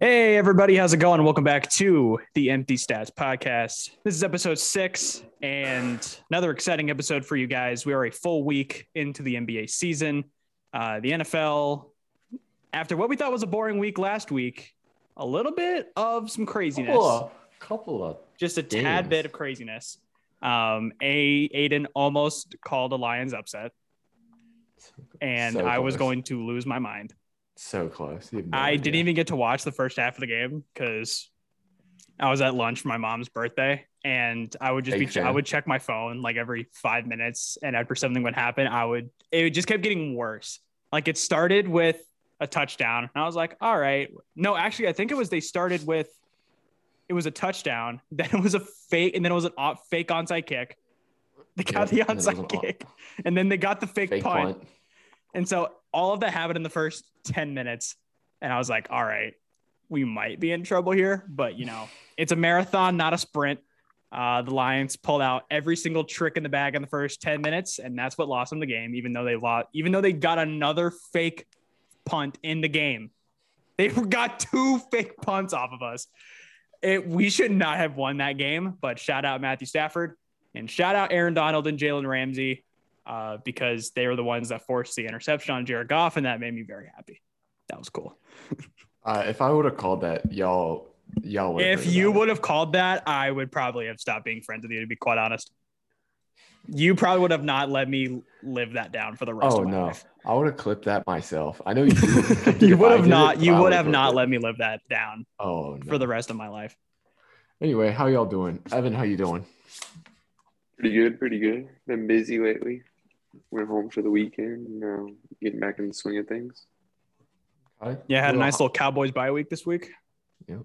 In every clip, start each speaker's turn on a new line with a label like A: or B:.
A: Hey, everybody, how's it going? Welcome back to the Empty Stats Podcast. This is episode six and another exciting episode for you guys. We are a full week into the NBA season. Uh, the NFL, after what we thought was a boring week last week, a little bit of some craziness,
B: Couple of, couple of
A: just a tad
B: games.
A: bit of craziness. Um, a Aiden almost called a Lions upset, and
B: So
A: I was
B: close.
A: going to lose my mind.
B: so close. You have no
A: I
B: idea.
A: didn't even get to watch the first half of the game because I was at lunch for my mom's birthday, and I would just
B: Big
A: be I
B: fan.
A: would check my phone like every five minutes, and after something would happen, I would it just kept getting worse. Like it started with a touchdown, and I was like, all right, no, actually, I think it was they started with it was a touchdown, then it was a fake, and then it was an off, fake onside kick. They got
B: Yep,
A: the
B: and then it was
A: onside
B: an off-
A: kick, and then they got the fake,
B: Fake
A: punt.
B: punt.
A: And so all of that happened in the first 10 minutes. And I was like, all right, we might be in trouble here, but you know, it's a marathon, not a sprint. Uh, the Lions pulled out every single trick in the bag in the first 10 minutes, and that's what lost them the game, even though they lost, even though they got another fake punt in the game. They got two fake punts off of us. It, we should not have won that game, but shout out Matthew Stafford and shout out Aaron Donald and Jalen Ramsey uh, because they were the ones that forced the interception on Jared Goff, and that made me very happy. That was cool.
B: Uh, if I would have called that, y'all, y'all would.
A: If you would have called that, I would probably have stopped being friends with you. To be quite honest, you probably would have not let me live that down for the rest
B: Oh
A: of my
B: no,
A: life.
B: I would have clipped that myself. I know you. did.
A: You
B: If
A: would
B: I
A: have
B: did
A: not.
B: it,
A: You
B: I
A: would
B: would've
A: have not
B: clipped
A: let me live that down
B: it. Oh no.
A: for the rest of my life.
B: Anyway, how y'all doing? Evan, how you doing?
C: Pretty good, pretty good. Been busy lately. Went home for the weekend. and Now getting back in the swing of things.
B: Hi.
A: Yeah, I had a
B: Little-
A: nice little Cowboys bye week this week.
C: Yeah.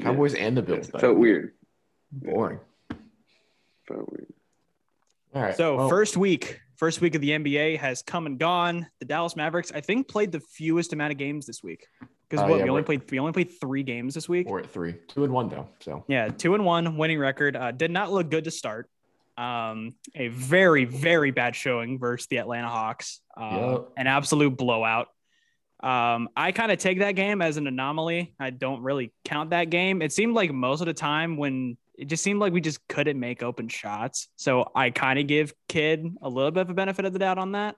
B: Cowboys and the Bills.
C: Yes,
B: though.
C: it felt weird.
B: Boring.
C: Felt weird.
B: All right.
A: So
B: well,
A: first week, first week of the NBA has come and gone. The Dallas Mavericks, I think, played the fewest amount of games this week because
B: Oh,
A: what
B: yeah,
A: we only
B: we're-
A: played we only played three games this week.
B: we're at three, two and one though. So
A: Yeah, two and one winning record. Uh, did not look good to start. Um, a very very bad showing versus the Atlanta Hawks. Uh,
B: Yup.
A: An absolute blowout. Um, I kind of take that game as an anomaly. I don't really count that game. It seemed like most of the time when it just seemed like we just couldn't make open shots. So I kind of give Kid a little bit of a benefit of the doubt on that.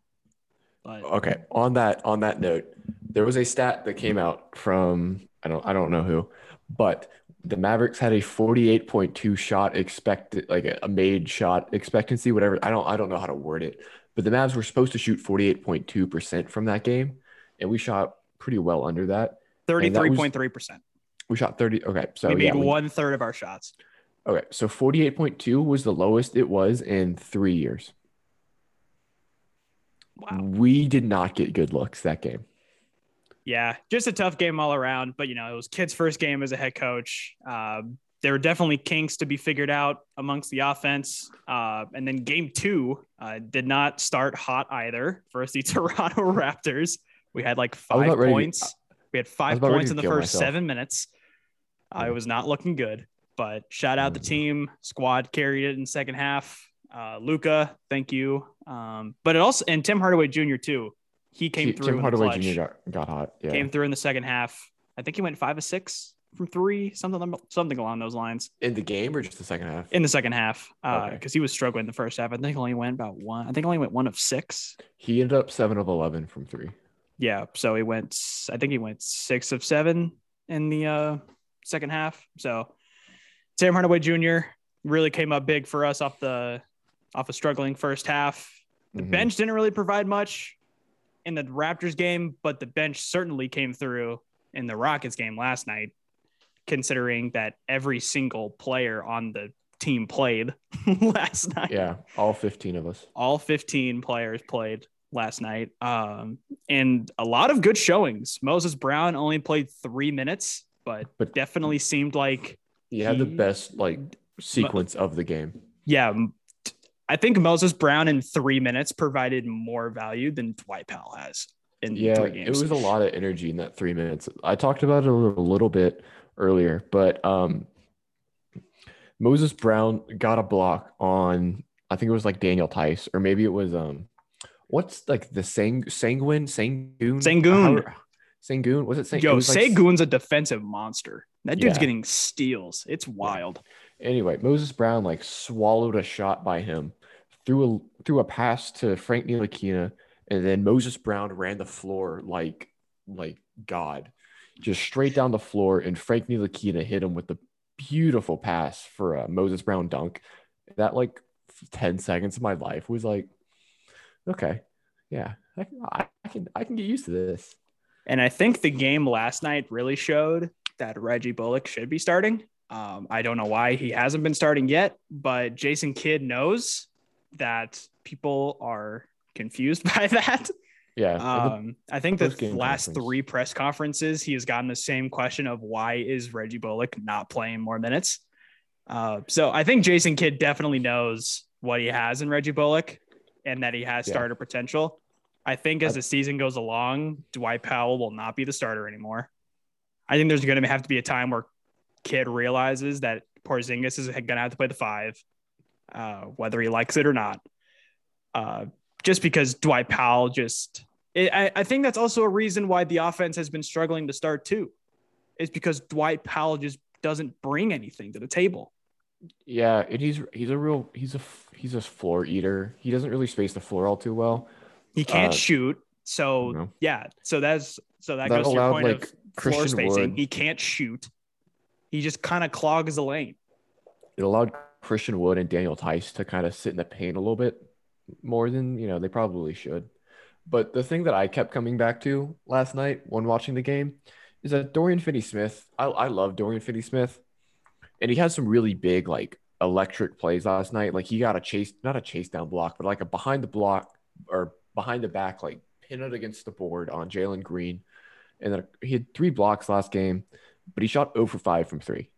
A: But
B: Okay. On that on that note, there was a stat that came out from I don't I don't know who, but the Mavericks had a 48.2 shot expected like a, a made shot expectancy whatever I don't I don't know how to word it, but the Mavs were supposed to shoot 48.2% from that game and we shot pretty well under that.
A: thirty
B: and that was-
A: three point three percent.
B: We shot 30 okay, so
A: We made
B: yeah, we-
A: one third of our shots.
B: okay, so 48.2 was the lowest it was in 3 years.
A: Wow.
B: We did not get good looks that game.
A: Yeah, just a tough game all around. But you know, it was kid's first game as a head coach. Um, there were definitely kinks to be figured out amongst the offense. Uh, and then game two uh, did not start hot either. Versus the Toronto Raptors, we had like
B: I was
A: five
B: about ready to-
A: points. we had five
B: about ready
A: points
B: to
A: in the
B: kill
A: first
B: myself.
A: seven minutes. Uh,
B: Yeah.
A: it was not looking good. But shout out the
B: Mm.
A: team squad carried it in the second half. Uh, Luca, thank you. Um, but it also and Tim Hardaway Jr. too. He came
B: Tim-
A: through.
B: Tim
A: in the
B: Hardaway
A: clutch
B: Jr. got, got hot. Yeah.
A: came through in the second half. I think he went five of six from three, something something along those lines
B: In the game or just the second half?
A: in the second half because
B: Okay.
A: he was struggling in the first half. I think he only went about one. I think he only went one of six.
B: He ended up seven of eleven from three.
A: Yeah, so he went. s- I think he went six of seven in the uh, second half. So Sam Hardaway Jr. really came up big for us off the off a struggling first half. The
B: Mhm.
A: bench didn't really provide much in the Raptors game, but the bench certainly came through in the Rockets game last night, considering that every single player on the team played last night.
B: Yeah, all fifteen of us.
A: All 15 players played last night. Um, and a lot of good showings. Moses Brown only played three minutes, but,
B: But-
A: definitely seemed like,
B: He had the
A: He-
B: best like sequence of the game.
A: yeah. m- t- I think Moses Brown in three minutes provided more value than Dwight Powell has in
B: Yeah,
A: three games.
B: it was a lot of energy in that three minutes. I talked about it a little, little bit earlier, but um, Moses Brown got a block on. I think it was like Daniel Tice, or maybe it was um, what's like the sang sanguine sangoon
A: Sangoon.
B: How- Sengun was it? Sen- it
A: Yo,
B: was like-
A: Sagoon's a defensive monster. That dude's
B: Yeah.
A: getting steals. It's wild.
B: Anyway, Moses Brown like swallowed a shot by him, threw a threw a pass to Frank Ntilikina, and then Moses Brown ran the floor like like God, just straight down the floor, and Frank Ntilikina hit him with a beautiful pass for a Moses Brown dunk. That like ten seconds of my life was like, okay, yeah, I can I, I can I can get used to this.
A: And I think the game last night really showed that Reggie Bullock should be starting. Um, I don't know why he hasn't been starting yet, but Jason Kidd knows that people are confused by that.
B: Yeah, and the-
A: Um, I think the
B: post-game
A: last
B: conference.
A: three press conferences, he has gotten the same question of why is Reggie Bullock not playing more minutes? Uh, so I think Jason Kidd definitely knows what he has in Reggie Bullock and that he has
B: Yeah.
A: starter potential. I think as
B: I-
A: the season goes along, Dwight Powell will not be the starter anymore. I think there's going to have to be a time where Kidd realizes that Porzingis is going to have to play the five, uh, whether he likes it or not. Uh, just because Dwight Powell just, it, I, I think that's also a reason why the offense has been struggling to start too, is because Dwight Powell just doesn't bring anything to the table.
B: Yeah, and he's he's a real he's a f- he's a floor eater. He doesn't really space the floor all too well.
A: He can't
B: Uh,
A: shoot. So
B: you know?
A: yeah, so that's so that,
B: That
A: goes to your
B: allowed,
A: point
B: like,
A: of floor
B: Christian
A: spacing.
B: Wood-
A: He can't shoot. He just kind of clogs the lane.
B: It allowed Christian Wood and Daniel Tice to kind of sit in the paint a little bit more than you know they probably should. But the thing that I kept coming back to last night when watching the game is that Dorian Finney-Smith. I, I love Dorian Finney-Smith, and he had some really big like electric plays last night. Like he got a chase, not a chase down block, but like a behind the block or behind the back like pin it against the board on Jalen Green, and then he had three blocks last game, but he shot 0 for five from three,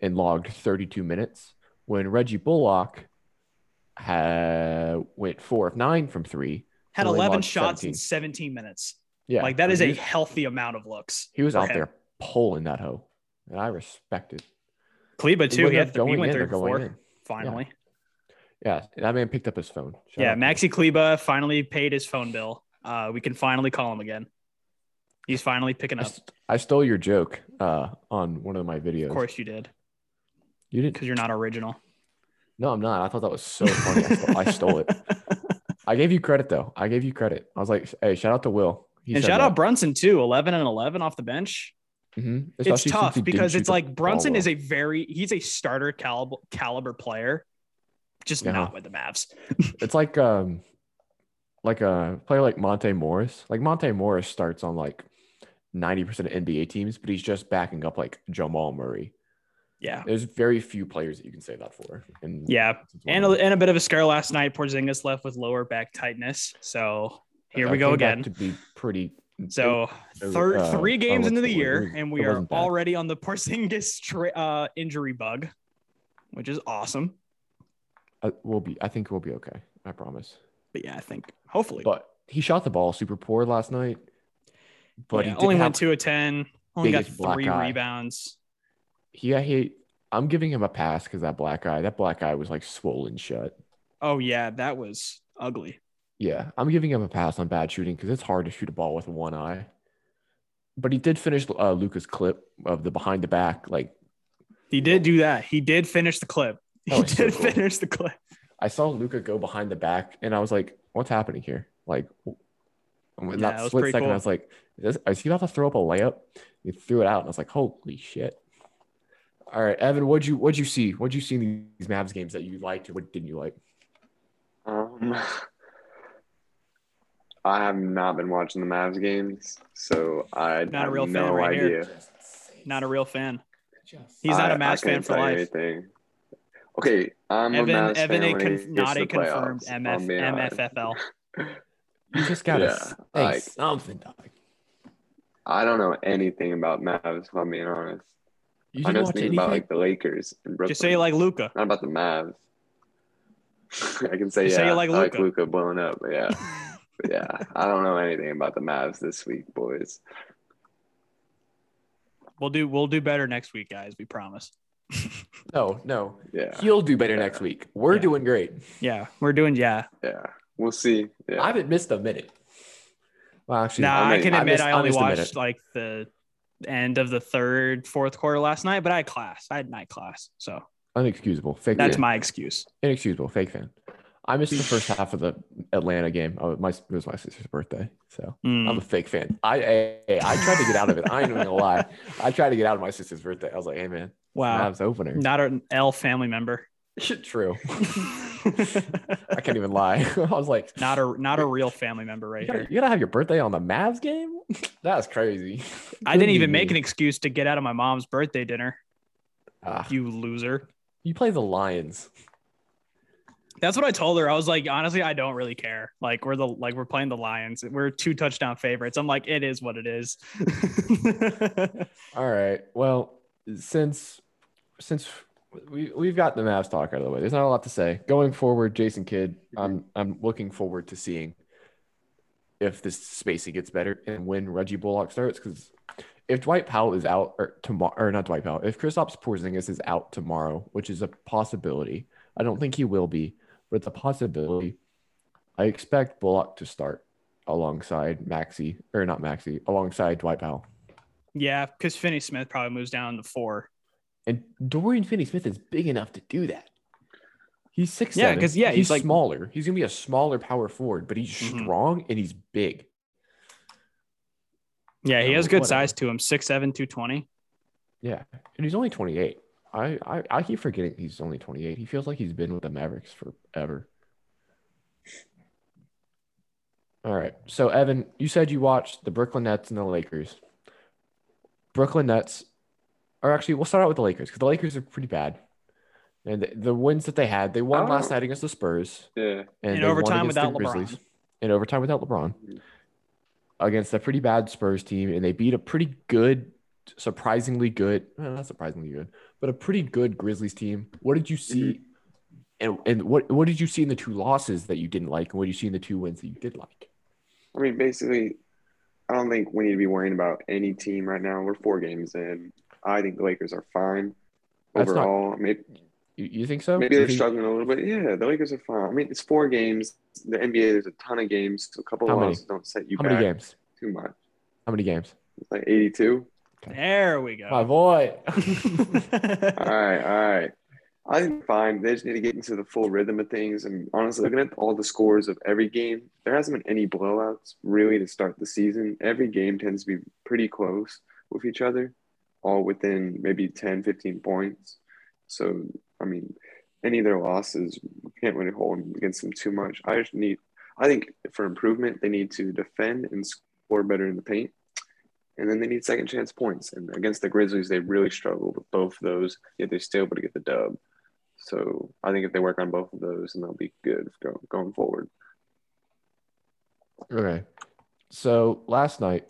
B: and logged 32 minutes. When Reggie Bullock had went four of nine from three.
A: Had
B: Well, they
A: 11
B: logged
A: shots in 17 minutes.
B: Yeah, Mm-hmm.
A: like that
B: and
A: is
B: he
A: a
B: was-
A: healthy amount of looks.
B: He was
A: for
B: out
A: him.
B: there pulling that hoe, and I respect it.
A: Kleba too.
B: Whether
A: He, had
B: that's
A: th- he went
B: in or
A: through
B: going
A: four.
B: in.
A: Finally,
B: Yeah, that man picked up his phone. Shout
A: yeah.
B: out to him.
A: Maxi Kleba finally paid his phone bill. Uh, we can finally call him again. He's finally picking
B: I,
A: up.
B: st- I stole your joke uh, on one of my videos.
A: Of course you did,
B: you didn't.
A: because you're not original.
B: No, I'm not. I thought that was so funny. I, stole, I stole it. I gave you credit though. I gave you credit. I was like, hey, shout out to Will. He
A: and shout out Brunson too. 11 and 11 off the bench.
B: Mm-hmm.
A: it's tough because it's like Brunson is a very he's a starter caliber caliber player, just
B: Yeah.
A: not with the Mavs.
B: It's like um, like a player like Monte Morris. Like Monte Morris starts on like ninety percent of NBA teams, but he's just backing up like Jamal Murray.
A: Yeah,
B: There's very few players that you can say that for. And
A: yeah,
B: it's one
A: and
B: of
A: a,
B: them.
A: and a bit of a scare last night. Porzingis left with lower back tightness, so here
B: I
A: we go
B: came back
A: again.
B: To be pretty.
A: So
B: it-
A: thir-
B: uh,
A: three
B: oh,
A: games
B: what's
A: into
B: the
A: the
B: word?
A: year,
B: It was-
A: and
B: it
A: we are
B: wasn't bad.
A: already on the Porzingis tra- uh, injury bug, which is awesome.
B: I, we'll uh, be. I think we'll be okay. I promise.
A: But yeah, I think hopefully.
B: But he shot the ball super poor last night. But
A: Yeah,
B: he did
A: only
B: have,
A: went two of ten. Only got
B: biggest black
A: three
B: eye.
A: rebounds.
B: He, he, I'm giving him a pass because that black eye. That black eye was like swollen shut.
A: Oh yeah, that was ugly.
B: Yeah, I'm giving him a pass on bad shooting because it's hard to shoot a ball with one eye. But he did finish uh, Luca's clip of the behind the back. Like
A: He did do that. He did finish the clip. He
B: Oh, it's so
A: did
B: cool.
A: finish the clip.
B: I saw Luca go behind the back, and I was like, "What's happening here?" Like, w- in
A: Yeah, that
B: that
A: was
B: split
A: pretty
B: second,
A: cool.
B: I was like, is, "Is he about to throw up a layup?" He threw it out, and I was like, "Holy shit!" All right, Evan, what'd you what'd you see? What'd you see in these Mavs games that you liked, and what didn't you like?
C: Um, I have not been watching the Mavs games, so I
A: Not a
C: have
A: real fan
C: no
A: right here.
C: idea.
A: Not a real fan. He's not
C: I-
A: a Mavs
C: I
A: fan
C: couldn't
A: for
C: tell you
A: life.
C: Anything. Okay, I'm
A: Evan,
C: a Mavs
A: Evan,
C: fan
A: a
C: when
A: conf-
C: it gets
A: not
C: to
A: a
C: the
A: confirmed
C: playoffs, Oh,
A: MF,
C: I'll be honest.
A: MFFL.
B: You just gotta
C: Yeah,
B: say
C: like-
B: something, dog.
C: I don't know anything about Mavs. If I'm being honest,
B: You
C: I know
B: didn't watch
C: something
B: anything.
C: about like the Lakers and Brooklyn.
A: Just say you like Luca.
C: not about the Mavs. I can say
A: You
C: yeah.
A: say you like
C: I like
A: Luka.
C: Luca blowing up, but yeah, but yeah. I don't know anything about the Mavs this week, boys.
A: We'll do we'll do better next week, guys. We promise.
B: no, no.
C: Yeah,
B: He'll do better next week. We're
A: Yeah.
B: doing great.
A: Yeah, we're doing yeah.
C: yeah. We'll see. Yeah.
B: I haven't missed a minute. Well, actually,
A: Nah,
C: I
A: I,
C: mean,
A: can
B: I
A: admit
B: missed-
A: I
B: I
A: only
B: missed a
A: watched
B: minute.
A: like the end of the third, fourth quarter last night, but I had class. I had night class. So
B: unexcusable. Fake
A: that's
B: fan.
A: my excuse.
B: inexcusable. Fake fan. I missed the first half of the Atlanta game. I was, my, it was my sister's birthday, so
A: Mm.
B: I'm a fake fan. I I, I tried to get out of it. I ain't even gonna lie. I tried to get out of my sister's birthday. I was like, hey man,
A: wow.
B: Mavs opener.
A: Not an L family member.
B: True. I can't even lie. I was like,
A: not a not a real family member right
B: you gotta,
A: here.
B: you gotta have your birthday on the Mavs game. That's crazy.
A: I didn't even make an excuse to get out of my mom's birthday dinner.
B: Ah,
A: You loser.
B: you play the Lions.
A: That's what I told her. I was like, honestly, I don't really care. Like we're the like we're playing the Lions. We're two touchdown favorites. I'm like, it is what it is.
B: All right. Well, since since we we've got the Mavs talk out of the way, there's not a lot to say going forward. Jason Kidd, I'm I'm looking forward to seeing if this spacing gets better and when Reggie Bullock starts because. If Dwight Powell is out or tomorrow, or not Dwight Powell, if Kristaps Porzingis is out tomorrow, which is a possibility, I don't think he will be, but it's a possibility. I expect Bullock to start alongside Maxi or not Maxi, alongside Dwight Powell.
A: yeah, because Finney Smith probably moves down to four.
B: And Dorian Finney Smith is big enough to do that. He's six.
A: Yeah, 'cause, yeah,
B: he's,
A: he's like-
B: smaller. He's gonna be a smaller power forward, but he's
A: Mhm.
B: strong and he's big.
A: Yeah, he
B: Yeah,
A: has good
B: whatever.
A: size to him. Six seven, two twenty.
B: Yeah, and he's only twenty eight. I, I I keep forgetting he's only twenty eight. He feels like he's been with the Mavericks forever. All right, so Evan, you said you watched the Brooklyn Nets and the Lakers. Brooklyn Nets, or actually, we'll start out with the Lakers because the Lakers are pretty bad, and the, the wins that they had, they won
C: Oh.
B: last night against the Spurs.
C: Yeah.
B: and
A: In
B: they won
A: overtime
B: against the
A: without LeBron.
B: Grizzlies. In overtime without LeBron.
C: Mhm.
B: Against a pretty bad Spurs team, and they beat a pretty good, surprisingly good, well, not surprisingly good, but a pretty good Grizzlies team. What did you see? And, and what what did you see in the two losses that you didn't like, and what did you see in the two wins that you did like?
C: I mean, basically, I don't think we need to be worrying about any team right now. We're four games in. I think the Lakers are fine
B: That's not-
C: overall. Maybe,
B: You, you think so?
C: maybe
B: You
C: they're
B: think-
C: struggling a little bit. Yeah, the Lakers are fine. I mean, it's four games. The NBA, there's a ton of games. So a couple
B: How
C: of
B: many?
C: losses don't set you
B: How
C: back
B: many games?
C: too much.
B: How many games?
C: It's like 82.
A: There we
B: My
A: go.
B: boy.
C: All right, all right. I think fine. They just need to get into the full rhythm of things. And honestly, looking at all the scores of every game, there hasn't been any blowouts really to start the season. Every game tends to be pretty close with each other, all within maybe 10, 15 points. So, I mean, any of their losses you can't really hold against them too much. I just need, I think for improvement, they need to defend and score better in the paint. And then they need second chance points. And against the Grizzlies, they really struggled with both of those, yet they're still able to get the dub. So I think if they work on both of those, then they'll be good go, going forward.
B: Okay. So last night,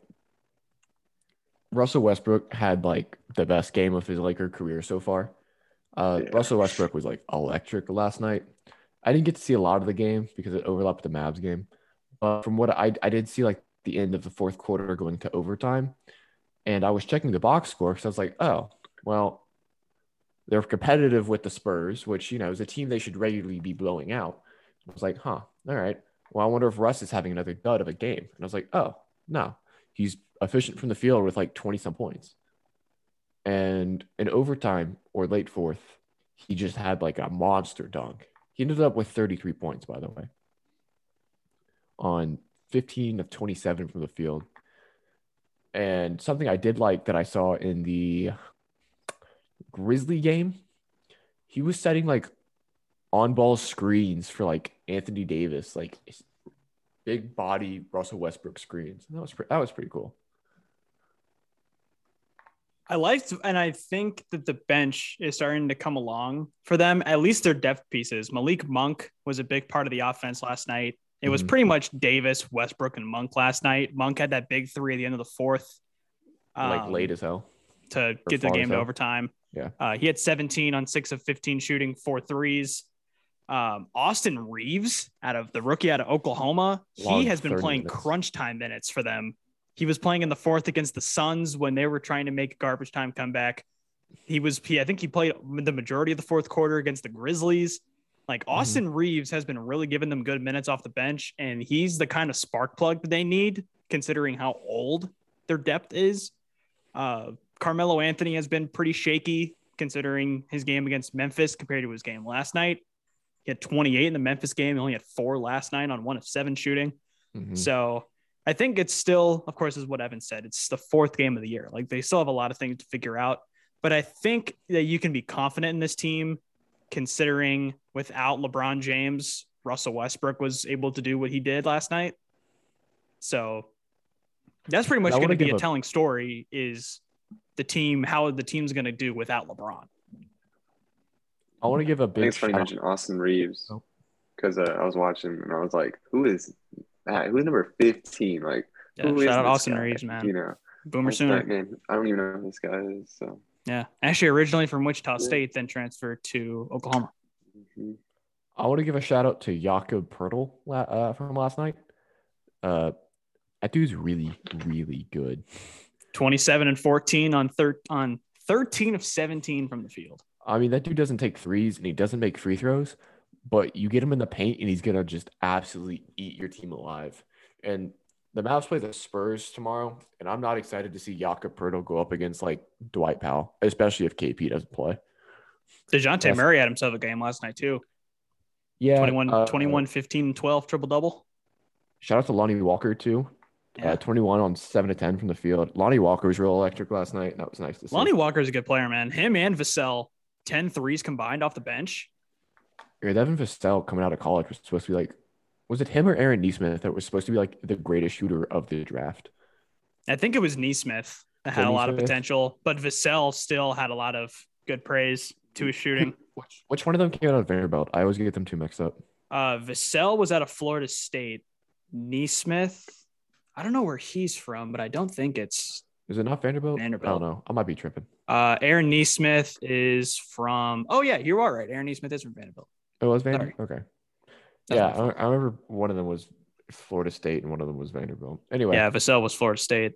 B: Russell Westbrook had like the best game of his Laker career so far. Uh,
C: Yeah.
B: Russell Westbrook was like electric last night. I didn't get to see a lot of the game because it overlapped with the Mavs game. But from what I I did see like the end of the fourth quarter going to overtime, and I was checking the box score because I was like, oh well, they're competitive with the Spurs, which you know is a team they should regularly be blowing out. I was like, huh, all right. Well, I wonder if Russ is having another dud of a game. And I was like, oh no, he's efficient from the field with like twenty some points. And in overtime or late fourth, he just had like a monster dunk. He ended up with 33 points, by the way, on 15 of 27 from the field. And something I did like that I saw in the Grizzly game, he was setting like on ball screens for like Anthony Davis, like big body Russell Westbrook screens. And that was, pre- that was pretty cool.
A: I liked, and I think that the bench is starting to come along for them. At least their depth pieces. Malik Monk was a big part of the offense last night. It was
B: Mhm.
A: pretty much Davis, Westbrook, and Monk last night. Monk had that big three at the end of the fourth,
B: like
A: um,
B: late as hell.
A: to
B: or
A: get the
B: far
A: game
B: as
A: to
B: hell.
A: overtime.
B: Yeah.
A: uh, he had 17 on six of 15 shooting, four threes. Um, Austin Reeves, out of the rookie out of Oklahoma,
B: Logged
A: he has been
B: 30
A: playing
B: minutes.
A: crunch time minutes for them. He was playing in the fourth against the Suns when they were trying to make a garbage time comeback. He was, he, I think he played the majority of the fourth quarter against the Grizzlies. Like Austin Reeves has been really giving them good minutes off the bench, and he's the kind of spark plug that they need considering how old their depth is. Uh, Carmelo Anthony has been pretty shaky considering his game against Memphis compared to his game last night. He had 28 in the Memphis game. He only had four last night on one of seven shooting.
B: Mhm.
A: So I think it's still, of course, is what Evan said. It's the fourth game of the year. Like they still have a lot of things to figure out. But I think that you can be confident in this team, considering without LeBron James, Russell Westbrook was able to do what he did last night. So that's pretty much
B: I wanna
A: going to be
B: give
A: a
B: a-
A: telling story is the team, how the team's going to do without LeBron.
B: I want to give a
C: I think
B: big
C: it's funny you
B: shout
C: mentioned Austin Reeves
B: Oh.
C: because uh, I was watching and I was like, who is that? Who's number 15? Like,
A: Yeah,
C: who is
A: shout out
C: this
A: Austin
C: guy?
A: Reeves, man.
C: You know,
A: Boomer
C: What's that
A: Sooner.
C: name? I don't even know who this guy is. So,
A: Yeah. Actually, originally from Wichita
C: Yeah.
A: State, then transferred to Oklahoma.
C: mhm.
B: I want to give a shout out to Jakob Pertl la- uh, from last night. Uh, that dude's really, really good.
A: 27 and 14 on thir- on 13 of 17 from the field.
B: I mean, that dude doesn't take threes and he doesn't make free throws, but you get him in the paint and he's gonna just absolutely eat your team alive. And the Mavs play the Spurs tomorrow, and I'm not excited to see Jakob Pertl go up against like Dwight Powell, especially if KP doesn't play.
A: DeJounte
B: Yes.
A: Murray had himself a game last night, too.
B: Yeah,
A: 21,
B: uh,
A: 21 15, 12, triple double.
B: Shout out to Lonnie Walker too.
A: Yeah.
B: Uh, 21 on seven to 10 from the field. Lonnie Walker was real electric last night, and that was nice to see.
A: Lonnie Walker's a good player, man. Him and Vassell, 10 threes combined off the bench.
B: Yeah, Devin Vassell coming out of college was supposed to be like, was it him or Aaron Neesmith that was supposed to be like the greatest shooter of the draft?
A: I think it was Neesmith that had a lot of
B: Neesmith?
A: potential, but Vassell still had a lot of good praise to his shooting.
B: Which which one of them came out of Vanderbilt? I always get them two mixed up.
A: Uh, Vassell was out of Florida State. Neesmith, I don't know where he's from, but I don't think it's
B: Is it not Vanderbilt? I
A: Vanderbilt.
B: don't know. I might be tripping.
A: Uh, Aaron Neesmith is from. Oh yeah, you are right. Aaron Neesmith is from Vanderbilt.
B: Oh, it was Vanderbilt. Okay.
A: That's
B: yeah,
A: my
B: I, I remember one of them was Florida State and one of them was Vanderbilt. Anyway,
A: Yeah, Vassell was Florida State.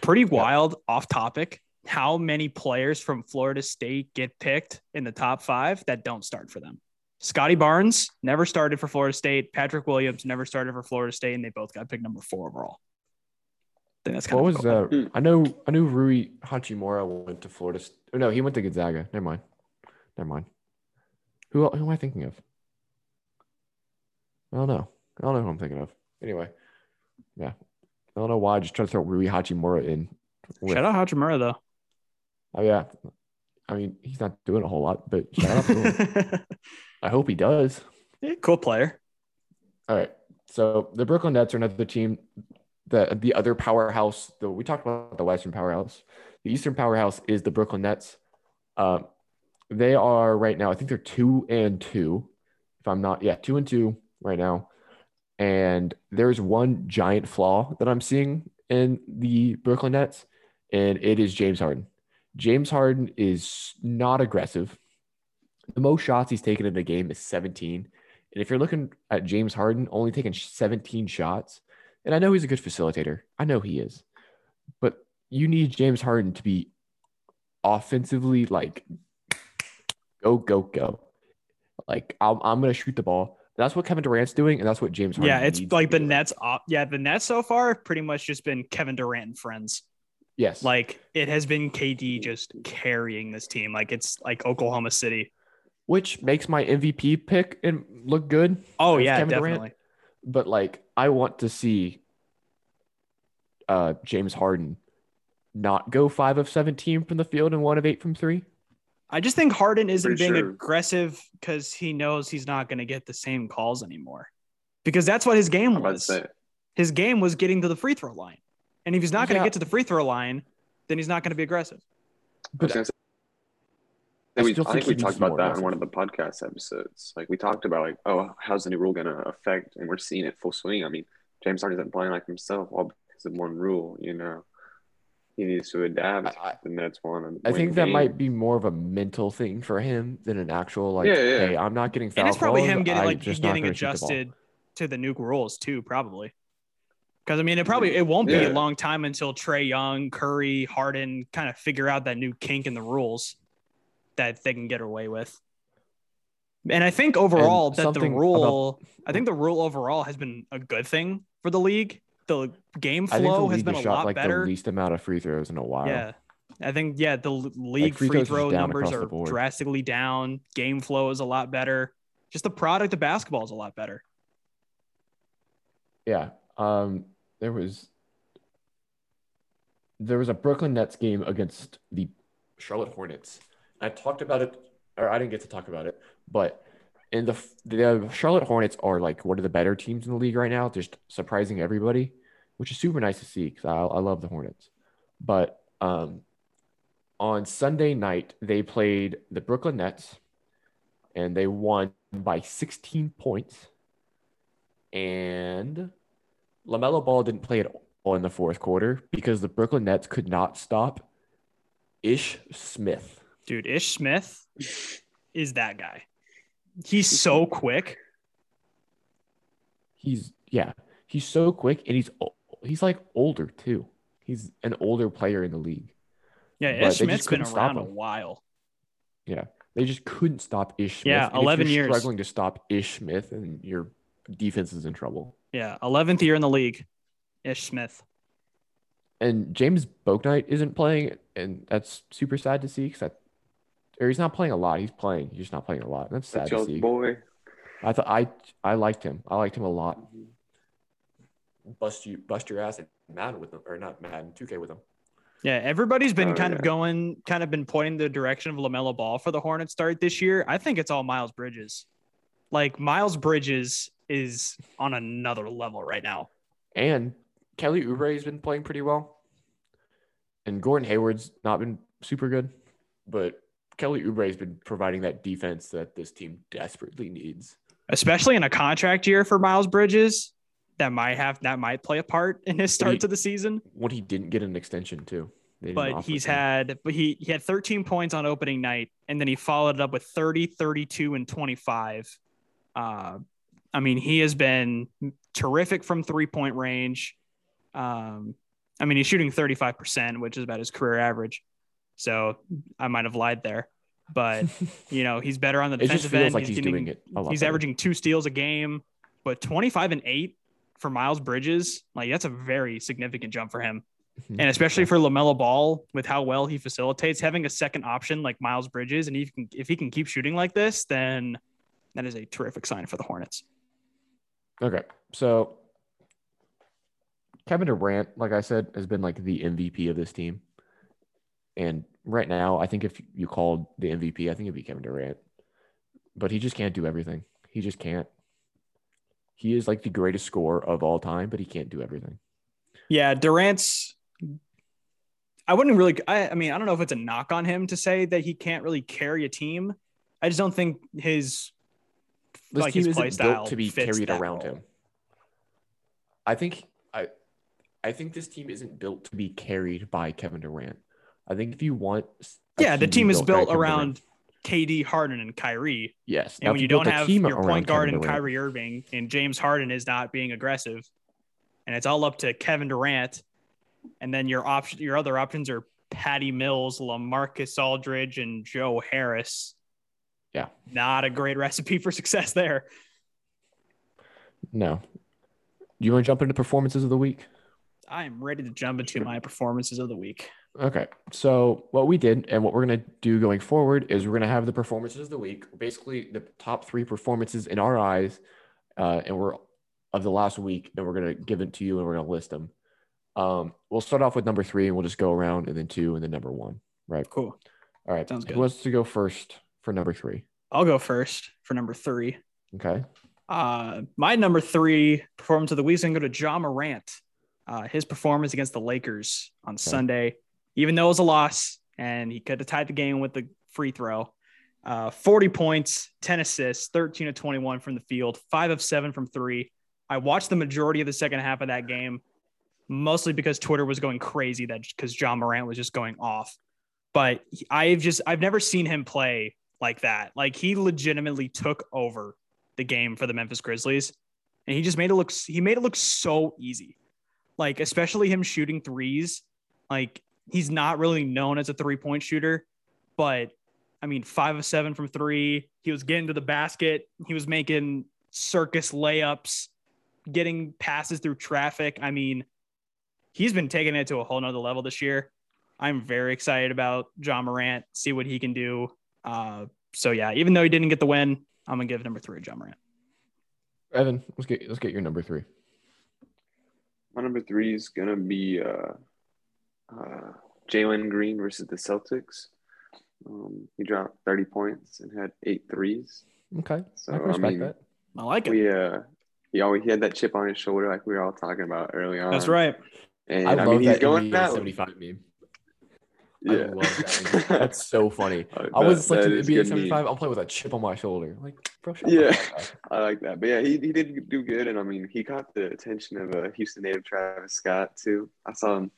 A: Pretty wild. Off topic. How many players from Florida State get picked in the top five that don't start for them? Scotty Barnes never started for Florida State. Patrick Williams never started for Florida State, and they both got picked number four overall. I think that's kind
B: what
A: of
B: was
A: cool.
B: uh,
C: Hmm.
B: I know I knew Rui Hachimura went to Florida. St- oh, no, he went to Gonzaga. Never mind. Never mind. Who who am I thinking of? I don't know. I don't know who I'm thinking of. Anyway, yeah, I don't know why I just tried to throw Rui Hachimura in. with-
A: shout out Hachimura though.
B: Oh yeah, I mean he's not doing a whole lot, but shout out to him. I hope he does.
A: Yeah, cool player.
B: All right. So the Brooklyn Nets are another team that the other powerhouse. The, we talked about the Western powerhouse. The Eastern powerhouse is the Brooklyn Nets. Uh, they are right now. I think they're two and two. If I'm not, yeah, two and two right now. And there's one giant flaw that I'm seeing in the Brooklyn Nets, and it is James Harden. James Harden is not aggressive. The most shots he's taken in a game is 17. And if you're looking at James Harden only taking 17 shots, and I know he's a good facilitator, I know he is, but you need James Harden to be offensively like go go go. Like I'm, I'm gonna shoot the ball. That's what Kevin Durant's doing, and that's what James Harden.
A: Yeah, it's
B: needs to
A: like
B: be
A: the
B: doing.
A: Nets. Op- yeah, the Nets so far have pretty much just been Kevin Durant and friends.
B: Yes, like
A: Like it has been KD just carrying this team. Like it's like Oklahoma City.
B: which makes my MVP pick and look good.
A: Oh
B: It's
A: yeah,
B: Kevin Durant.
A: definitely.
B: but like I want to see uh James Harden not go five of seventeen from the field and one of eight from three.
A: I just think Harden isn't
C: Pretty
A: being
C: sure.
A: aggressive because he knows he's not going to get the same calls anymore. Because that's what his game
C: I'm about to
A: was.
C: say,
A: His game was getting to the free throw line, and if he's not going to
B: Yeah.
A: get to the free throw line, then he's not going to be aggressive.
C: I, was
B: But
C: gonna say-
B: I
C: we,
B: still
C: I
B: think
C: think we
B: he needs
C: talked
B: to be
C: about
B: more
C: that in
B: aggressive.
C: one of the podcast episodes. Like, we talked about, like, oh, how's the new rule going to affect? And we're seeing it full swing. I mean, James Harden isn't playing like himself all because of one rule, you know. He needs to adapt.
B: I- I-
C: and that's one. and
B: I
C: win
B: think that might
C: games.
B: be more of a mental thing for him than an actual like.
C: Yeah, yeah.
B: Hey, I'm not getting fouled.
A: and it's probably him getting
B: I'm
A: like
B: just not
A: getting
B: gonna shoot the ball."
A: adjusted to the new rules too, probably. Because I mean, it probably it won't be a
C: Yeah.
A: long time until Trey Young, Curry, Harden kind of figure out that new kink in the rules that they can get away with. And I think overall that the
B: something
A: rule, I think the rule overall has been a good thing for the league. the game
B: I think the
A: flow has
B: league
A: been
B: has
A: a
B: shot
A: lot
B: like
A: better.
B: the least amount of free throws in a while.
A: Yeah. I think yeah, the l- league
B: free
A: free
B: throws is
A: throw
B: down
A: numbers
B: across the
A: are
B: board.
A: drastically down. Game flow is a lot better. Just the product of basketball is a lot better.
B: Yeah. Um, there was there was a Brooklyn Nets game against the Charlotte Hornets. I talked about it, or I didn't get to talk about it, but in the the Charlotte Hornets are like one of the better teams in the league right now, just surprising everybody, which is super nice to see because I, I love the Hornets. But um, on Sunday night they played the Brooklyn Nets, and they won by 16 points and LaMelo Ball didn't play at all in the fourth quarter because the Brooklyn Nets could not stop Ish Smith.
A: Dude, Ish Smith is that guy. He's so quick.
B: He's yeah, he's so quick and he's o- he's like older too. He's an older player in the league.
A: Yeah, Ish
B: But they just
A: Smith's been
B: couldn't stop
A: around a
B: him.
A: while.
B: They just couldn't stop Ish Smith.
A: Yeah,
B: and if
A: 11
B: you're
A: years.
B: struggling to stop Ish Smith and your defense is in trouble.
A: Yeah, 11th year in the league. Ish Smith.
B: And James Boaknight isn't playing, and that's super sad to see because or he's not playing a lot. He's playing. He's just not playing a lot. That's sad
C: That's
B: to
C: your
B: see.
C: boy.
B: I thought I I liked him. I liked him a lot. Bust you bust your ass at Madden with him, or not Madden, 2K with him.
A: Yeah, everybody's been
C: Oh,
A: kind
C: yeah.
A: of going, kind of been pointing the direction of LaMelo Ball for the Hornets start this year. I think it's all Miles Bridges. Like, Miles Bridges is on another level right now.
B: And Kelly Oubre has been playing pretty well. And Gordon Hayward's not been super good, but Kelly Oubre has been providing that defense that this team desperately needs.
A: especially in a contract year for Miles Bridges, that might have that might play a part in his
B: He-
A: start to the season.
B: When he didn't get an extension too. They didn't
A: But
B: offer
A: he's
B: it to him.
A: had but he he had 13 points on opening night and then he followed it up with 30, 32 and 25. Uh I mean, he has been terrific from three-point range. Um I mean, he's shooting 35%, which is about his career average. So, I might have lied there. But, you know, he's better on the
B: it just
A: defensive
B: feels
A: end.
B: like he's,
A: getting-
B: doing it a lot.
A: he's
B: better.
A: averaging two steals a game, but 25 and eight for Miles Bridges, like that's a very significant jump for him.
B: Mhm.
A: And especially
B: Yeah.
A: for LaMelo Ball with how well he facilitates, having a second option like Miles Bridges, and if he can, if he can keep shooting like this, then that is a terrific sign for the Hornets.
B: Okay. So Kevin Durant, like I said, has been like the MVP of this team. And right now, I think if you called the MVP, I think it'd be Kevin Durant. But he just can't do everything. He just can't. He is like the greatest scorer of all time, but he can't do everything.
A: Yeah, Durant's. I wouldn't really. I, I mean, I don't know if it's a knock on him to say that he can't really carry a team. I just don't think his
B: This
A: like
B: team
A: his play
B: isn't
A: style
B: built to be
A: fits
B: carried
A: that
B: around
A: role.
B: him. I think I I think this team isn't built to be carried by Kevin Durant. I think if you want a
A: Yeah, the team is
B: by
A: built
B: Kevin Durant-
A: around KD, Harden, and Kyrie.
B: Yes.
A: And
B: now
A: when
B: if
A: you
B: build
A: don't
B: a
A: have
B: team
A: your
B: around
A: point guard
B: Kevin
A: and
B: Durant-
A: Kyrie Irving and James Harden is not being aggressive, and it's all up to Kevin Durant, and then your option, your other options are Patty Mills, Lamarcus Aldridge, and Joe Harris.
B: Yeah.
A: not a great recipe for success there.
B: No. Do you want to jump into performances of the week?
A: I am ready to jump into my performances of the week.
B: Okay. So what we did and what we're gonna do going forward is we're gonna have the performances of the week, basically the top three performances in our eyes, uh, and we're of the last week, and we're gonna give it to you and we're gonna list them. Um, we'll start off with number three, and we'll just go around, and then two, and then number one. Right.
A: Cool.
B: All right.
A: Sounds good.
B: Who wants to go first for number three?
A: I'll go first for number three.
B: Okay.
A: Uh, my number three performance of the week is going to go to John Morant. Uh, his performance against the Lakers on Sunday, even though it was a loss and he could have tied the game with the free throw. Uh, 40 points, 10 assists, 13 to 21 from the field, five of seven from three. I watched the majority of the second half of that game, mostly because Twitter was going crazy that because John Morant was just going off. But he- I've just I've never seen him play like that. Like he legitimately took over the game for the Memphis Grizzlies, and he just made it look he made it look so easy. Like especially him shooting threes, like he's not really known as a three point shooter, but I mean five of seven from three. He was getting to the basket. He was making circus layups, getting passes through traffic. I mean, he's been taking it to a whole nother level this year. I'm very excited about John Morant, see what he can do. Uh, so yeah, even though he didn't get the win, I'm gonna give number three John Morant.
B: Evan, let's get let's get your number three.
C: My number three is gonna be uh, uh, Jalen Green versus the Celtics. Um, he dropped 30 points and had eight threes.
B: Okay,
C: So
B: I can
C: Uh, I,
B: respect
C: mean,
B: that.
A: I like it.
C: we uh, he always he had that chip on his shoulder like we were all talking about early on.
A: That's right.
C: And
B: I,
C: I,
B: love
C: mean, he's
B: that E
C: going
B: going
C: out.
B: seventy-five meme. I
C: Yeah.
B: love that. One. That's so funny. I
C: bet
B: was E
C: that
B: selected to
C: is
B: be
C: good
B: at
C: meme.
B: 75. I'm playing with a chip on my shoulder. Like, bro, shut
C: Yeah.
B: the fuck up.
C: I like that. But yeah, he, he did do good. And I mean, he caught the attention of a Houston native Travis Scott, too. I saw him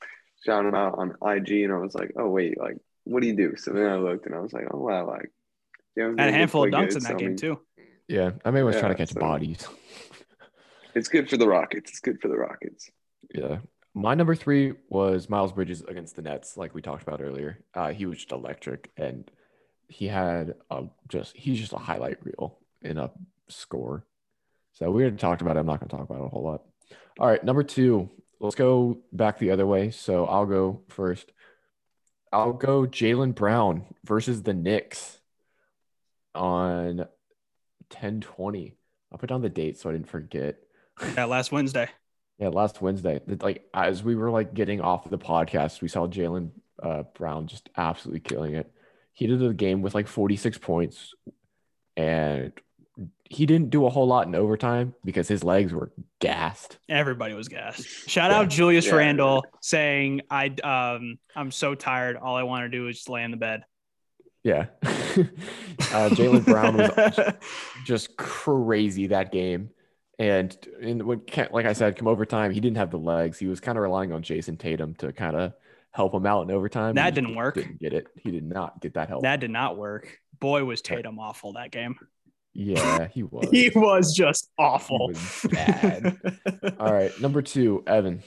C: shouting him out on IG and I was like, oh, wait, like, what do you do? So then I looked and I was like, oh, wow, like, Jalen
A: Had a
C: Green
A: handful of
C: did play
A: dunks
C: good.
A: in that
C: So, I
A: game
C: mean,
A: too.
B: Yeah, I mean, I was trying
C: Yeah,
B: to catch
C: so-
B: bodies.
C: It's good for the Rockets. It's good for the Rockets.
B: Yeah. My number three was Miles Bridges against the Nets, like we talked about earlier. Uh, he was just electric, and he had a, just he's just a highlight reel in a score. So we already talked about it. I'm not going to talk about it a whole lot. All right, number two. Let's go back the other way. So I'll go first. I'll go Jalen Brown versus the Knicks on 1020. I'll put down the date so I didn't forget.
A: Yeah, last Wednesday.
B: Yeah, last Wednesday, that, like as we were like getting off the podcast, we saw Jalen uh, Brown just absolutely killing it. He did a game with like 46 points, and he didn't do a whole lot in overtime because his legs were gassed.
A: Everybody was gassed. Shout
B: Yeah.
A: out Julius
C: Yeah.
A: Randle saying, "I um, I'm so tired. All I want to do is just lay in the bed."
B: Yeah, uh, Jalen Brown was just crazy that game. And in when Ke- like I said, come overtime, he didn't have the legs. He was kind of relying on Jason Tatum to kind of help him out in overtime.
A: That
B: He just
A: didn't work.
B: Didn't get it. He did not get that help.
A: that did not work. Boy, was Tatum awful that game.
B: yeah, he was.
A: He was just awful.
B: was bad. All right, number two, Evan.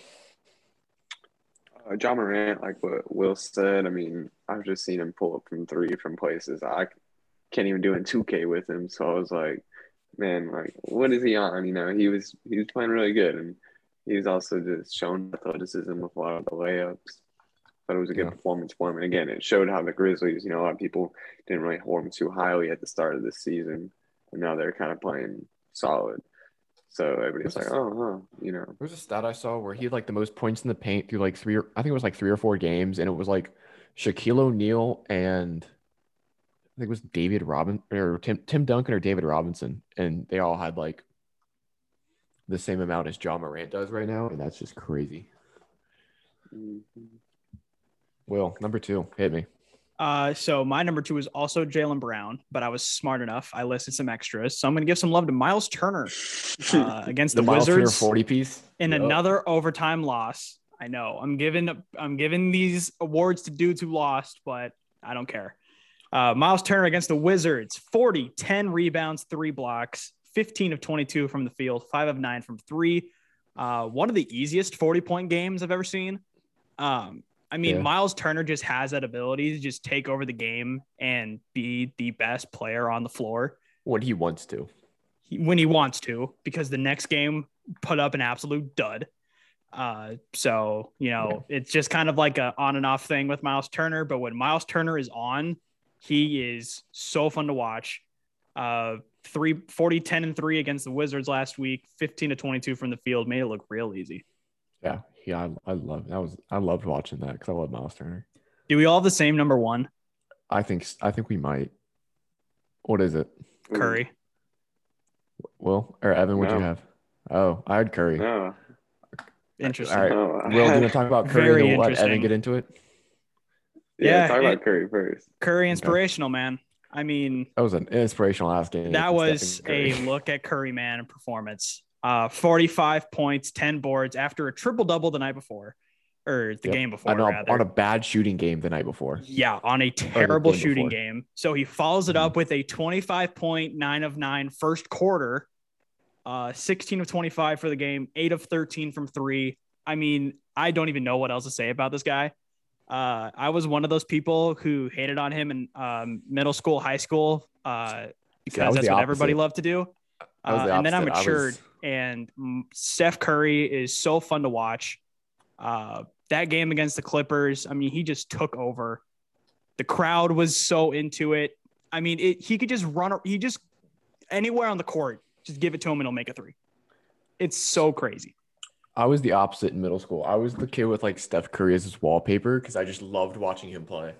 C: Uh, John Morant, like what Will said, I mean, I've just seen him pull up from three from places I can't even do in 2K with him. So I was like, man, like, what is he on? You know, he was he was playing really good, and he's also just shown athleticism with a lot of the layups. Thought it was a good
B: Yeah.
C: performance for him, and again, it showed how the Grizzlies. You know, a lot of people didn't really hold him too highly at the start of the season, and now they're kind of playing solid. So everybody's like, oh, huh, you know,
B: There was a stat I saw where he had like the most points in the paint through like three, or, I think it was like three or four games, and it was like Shaquille O'Neal and I think it was David Robin or Tim Tim Duncan or David Robinson, and they all had like the same amount as John Morant does right now, and that's just crazy.
C: mhm.
B: Will number two hit me.
A: Uh, so my number two is also Jalen Brown, but I was smart enough. I listed some extras, so I'm gonna give some love to Miles Turner uh, against the,
B: Miles Turner
A: Wizards
B: forty piece
A: in
B: Yup.
A: another overtime loss. I know I'm giving I'm giving these awards to dudes who lost, but I don't care. Uh, Miles Turner against the Wizards, 40, 10 rebounds, three blocks, 15 of 22 from the field, five of nine from three. Uh, one of the easiest 40 point games I've ever seen. Um, I mean,
B: Yeah.
A: Miles Turner just has that ability to just take over the game and be the best player on the floor
B: when he wants to.
A: he- when he wants to, because the next game put up an absolute dud. Uh, so you know, it's just kind of like a on and off thing with Miles Turner. But when Miles Turner is on, he is so fun to watch. Uh, three, 40, 10 and three against the Wizards last week, 15 to 22 from the field, made it look real easy.
B: Yeah, yeah, I, I love that was I loved watching that because I love Miles Turner.
A: Do we all have the same number one,
B: I think I think we might. What is it?
A: Curry?
B: Will or Evan? What'd you
C: No.
B: have? Oh, I had Curry.
C: No.
A: Interesting.
B: All right.
C: no, I-
B: Will, do you want to talk about Curry
A: Very
B: and then we'll let
A: interesting.
B: Evan get into it?
A: Yeah,
C: Yeah, talk
A: it-
C: about Curry first.
A: Curry inspirational, man. I mean,
B: That was an inspirational last game.
A: That
B: from
A: was
B: Stephen
A: a
B: Curry.
A: look at Curry man and performance. Uh, 45 points, 10 boards after a triple double the night before, or the
B: Yep.
A: game before.
B: on a,
A: rather.
B: on a bad shooting game the night before.
A: yeah, on a terrible
B: game
A: shooting
B: before. Mm-hmm.
A: game. So he follows it up with a 25.9 of 9 first quarter, uh, 16 of 25 for the game, 8 of 13 from three. I mean, I don't even know what else to say about this guy. Uh, I was one of those people who hated on him in um, middle school, high school, uh,
B: See, I was
A: because that's
B: the
A: what everybody
B: opposite.
A: loved to do.
B: I was
A: Uh,
B: the
A: and then I
B: opposite. I
A: matured,
B: was-
A: and mm, Steph Curry is so fun to watch. Uh, that game against the Clippers, I mean, he just took over. The crowd was so into it. I mean, it, he could just run, he just anywhere on the court, just give it to him and he'll make a three. It's so crazy.
B: I was the opposite in middle school. I was the kid with like Steph Curry as his wallpaper because I just loved watching him play.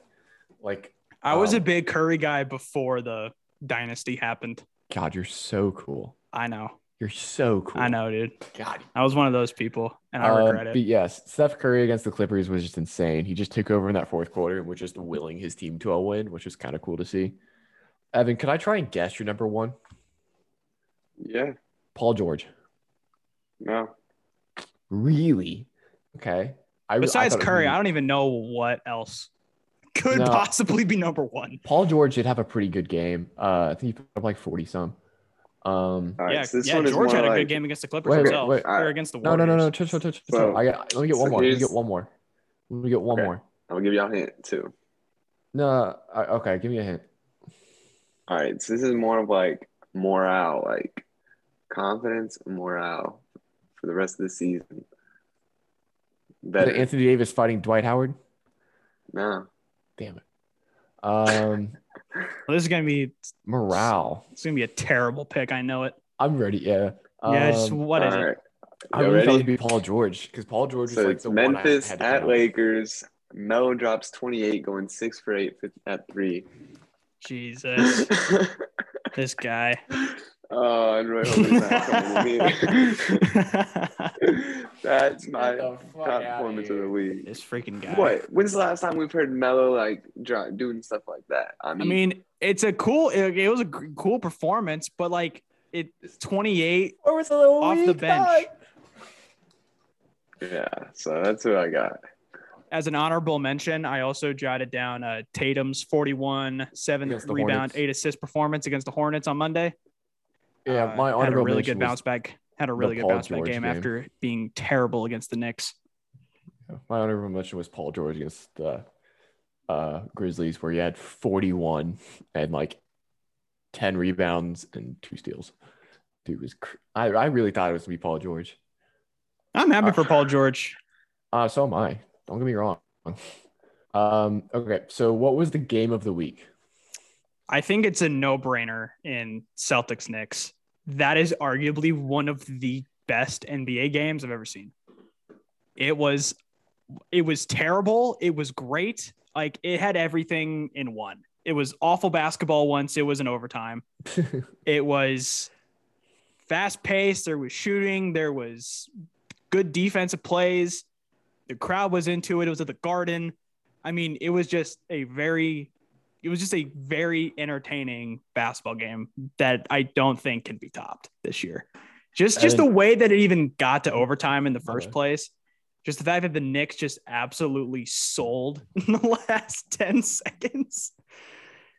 B: Like,
A: I was
B: Wow.
A: a big Curry guy before the dynasty happened.
B: God, you're so cool.
A: I know,
B: You're so cool.
A: I know, dude.
B: God.
A: I was one of those people, and I
B: Um,
A: regret it.
B: But yes, Steph Curry against the Clippers was just insane. He just took over in that fourth quarter and was just willing his team to a win, which was kind of cool to see. Evan, could I try and guess your number one?
C: Yeah.
B: Paul George.
C: No.
B: Really? Okay. I, I
A: Besides
B: thought it was
A: Curry,
B: gonna
A: I
B: be-
A: don't even know what else could
B: No.
A: possibly be number one.
B: Paul George did have a pretty good game. Uh, I think he put up like 40 some. Um,
C: All right.
A: yeah,
C: so this
A: yeah.
C: one is
A: George
C: more
A: had a
C: like-
A: good game against the Clippers
B: Wait, wait,
A: himself.
B: wait.
A: Or against the
B: no,
A: Warriors.
B: no, no, no. Chill, chill, chill, chill, chill.
C: So-
B: I got, let me get
C: so
B: one more. Let me
C: here's-
B: get one more. Let me get one
C: Okay.
B: more.
C: I'll give y'all a hint too.
B: No, I, okay. Give me a hint.
C: All right. So this is more of like morale, like confidence, and morale for the rest of the season.
B: Is it
C: Better.
B: Anthony Davis fighting Dwight Howard?
C: No.
B: Damn it. Um,
A: This is gonna be
B: morale.
A: it's gonna be a terrible pick. I know it.
B: I'm ready. Yeah.
A: yeah, just
B: Um,
A: what is
C: All
A: it?
C: right.
B: I
C: Y'all
B: really thought
C: ready?
B: it'd be Paul George because Paul George is
C: So
B: like
C: it's
B: the
C: Memphis
B: one I had to
C: at
B: know.
C: Lakers. Melo drops 28, going six for eight fif- at three.
A: Jesus, this guy.
C: oh, I really hope it's not coming to me. That's my
B: Get the fuck
C: top
B: outta
C: performance of
B: here.
C: the week.
A: this freaking guy.
C: What? When's the last time we've heard Melo like dro- doing stuff like that? I
A: I
C: mean,
A: mean, it's a cool. It, it was a g- cool performance, but like it, twenty eight.
B: Where was "Oh, the little
A: Off the
B: weak
A: bench.
B: dog?
C: yeah. So that's what I got.
A: As an honorable mention, I also jotted down uh, Tatum's 41, seven
B: Against the
A: rebound,
B: Hornets.
A: eight assist performance against the Hornets on Monday.
B: Yeah,
A: Uh,
B: my
A: had a
B: honorable
A: really good
B: mention was-
A: bounce back. Had a really good
B: Paul
A: bounce back
B: George
A: game,
B: game.
A: after being terrible against the Knicks.
B: My honorable mention was Paul George against the uh, Grizzlies, where he had 41 and like 10 rebounds and two steals. Dude was, cr- I, I really thought it was gonna be Paul George.
A: I'm happy
B: Uh,
A: for Paul George.
B: Uh, so am I. Don't get me wrong. Um, okay, so what was the game of the week?
A: I think it's a no-brainer in Celtics Knicks. That is arguably one of the best NBA games I've ever seen. It was it was terrible, it was great. Like it had everything in one. It was awful basketball once, it was an overtime. it was fast paced. There was shooting. There was good defensive plays. The crowd was into it. It was at the Garden. I mean, it was just a very, it was just a very entertaining basketball game that I don't think can be topped this year. Just,
B: I
A: just the
B: didn't-
A: way that it even got to overtime in the first
B: Okay.
A: place. Just the fact that the Knicks just absolutely sold in the last 10 seconds